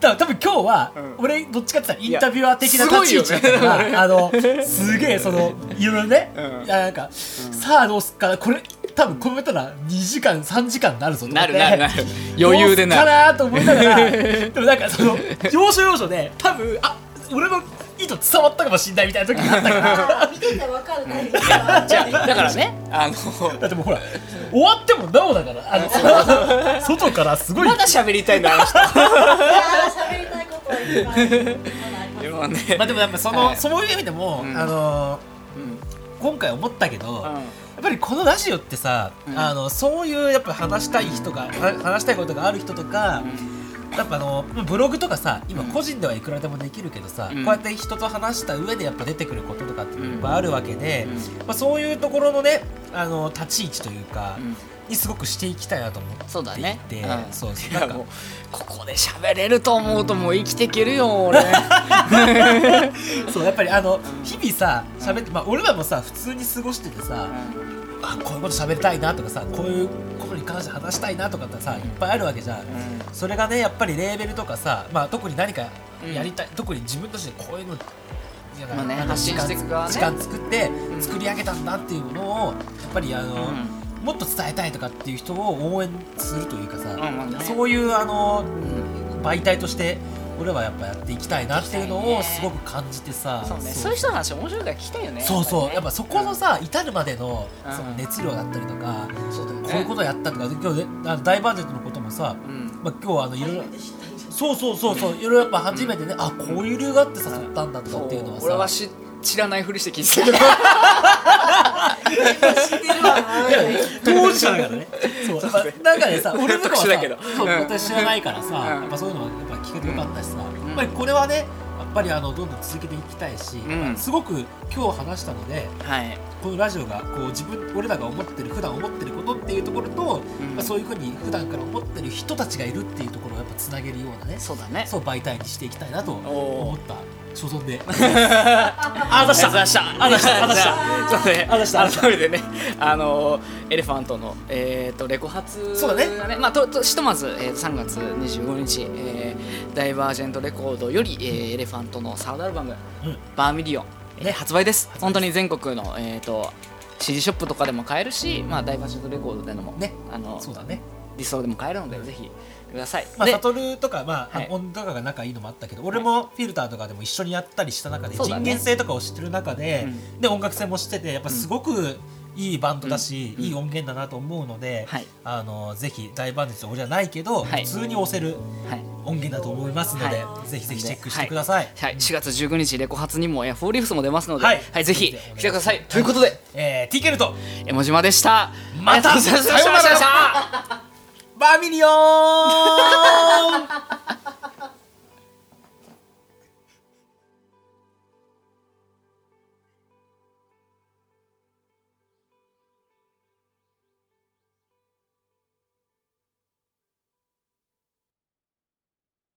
A: た多分今日は、俺どっちかって言ったらインタビュアー的な立ち位置だったから、 あのすげえそのいろいろね、
B: うん
A: いやなんか、さあどうすっかなこれ多分これやったら2時間3時間になるぞと思
B: な
A: って
B: るなるなる余裕でな
A: どう
B: る
A: すっかなーと思いなが らでもなんかその要所要所で多分あ俺の意図伝わったかもしんないみたいな時があったから
D: あ見ててわかるタイミングだ
B: じゃあだからねあの
A: だってもうほら終わってもなおだからあ の外からすごい
B: まだ喋りたいのあの人
D: いやー喋りたいことはいっぱいまだあります
B: でもね
A: まあでもやっぱその、
B: はい
A: そういう意味でも、
B: うん
A: あの
B: うん
A: 今回思ったけど、
B: う
A: や
B: ん
A: っぱりこのラジオってさ、
B: うん
A: あのそういうやっぱ話したい人がは話したいことがある人とか、やっぱあのブログとかさ今個人ではいくらでもできるけどさ、
B: うん
A: こうやって人と話した上でやっぱ出てくることとかっていっぱいあるわけで、まあ、そういうところのねあの立ち位置というか、
B: うん
A: にすごくしていきたいなと思って
B: そうだ
A: い
B: ね
A: て、
B: うん
A: そうです
B: い
A: な
B: や
A: んか
B: もうここで喋れると思うともう生きていけるよ 俺
A: そうやっぱりあの日々さ喋って、まあ、俺らもさ普通に過ごしててさ、あこういうこと喋りたいなとかさこういうことに関して話したいなとかってさいっぱいあるわけじゃん、それがねやっぱりレーベルとかさ、まあ、特に何かやりたい、特に自分としてこういうのなんか
B: まあね
A: なんか
B: 発信
A: 時間
B: していく側ね
A: 時間作って
B: ん
A: 作り上げたんだっていうものをやっぱりあの、もっと伝えたいとかっていう人を応援するというかさ、
B: んうんね
A: そういうあの媒体として俺はやっぱやっていきたいなっていうのをすごく感じてさ
B: そうねそういう人の話面白いから聞きたいよね
A: そうそうやっぱそこのさ至るまでの
B: うん
A: その熱量だったりとか
B: そうだよね
A: こういうことやったとか今日ねあのダイバージェントのこともさ
B: うん
A: まあ今日あのいろいろ
D: 初めて知ったんじゃ
A: そうそうそうそういろいろやっぱ初めてねあこういう理由があって誘ったんだとかっていうのは
B: 俺は
A: さ
B: し知らないふりして聞いてたけど
D: ない知ってるわない
A: や当事者だ からねそうやっぱなんかねさ俺とかは
B: 特殊
A: さ
B: だけど
A: そう
B: うん
A: 私知らないからさ
B: うん
A: やっぱそういうのはやっぱ聞けてよかったしさやっぱりこれはねやっぱりあのどんどん続けていきたいし
B: ん
A: すごく今日話したので
B: はい
A: このラジオがこう自分俺らが思ってる普段思ってることっていうところと、
B: うん
A: まあ、そういうふうに普段から思ってる人たちがいるっていうところをやっぱつなげるようなね
B: そうだね
A: そう媒体にしていきたいなと
B: おー
A: 思った所存 であ出した出したあ出したあ出した
B: そうね、
A: あ出した
B: 改めてね、あのエレファントの、えー、とレコ発が、
A: そうだ
B: まあ、ととひとまず、えー、3月25日、えーダイバージェントレコードより、えーエレファントのサードアルバム、
A: うん
B: バーミリオン、えー発売です本当に全国の、えー、と CD ショップとかでも買えるし、まあ、ダイバージェントレコードでのも、
A: ね
B: あの
A: そうだね
B: 理想でも買えるのでぜひください、
A: まあ
B: で
A: 悟とかまあ、
B: はい
A: あ音とかが仲いいのもあったけど俺もフィルターとかでも一緒にやったりした中で、
B: そうだ
A: 人
B: ね
A: 間性とかを知ってる中で、
B: う
A: で音楽性も知っててやっぱすごくいいバンドだし、
B: うん
A: いい音源だなと思うので、
B: はい
A: あのぜひ大バンドじゃないけど、
B: はい
A: 普通に押せる
B: はい
A: 音源だと思いますので、
B: は
A: ぜひぜひチェックしてください。
B: はい、4月19日レコ発にもえーフォーリーフスも出ますので、
A: はい
B: ぜひ来てくださいということで
A: えー、ティケルと
B: 江モ島でした。
A: また
B: ありがとうございまし
A: さ
B: た
A: ようならバーミリオン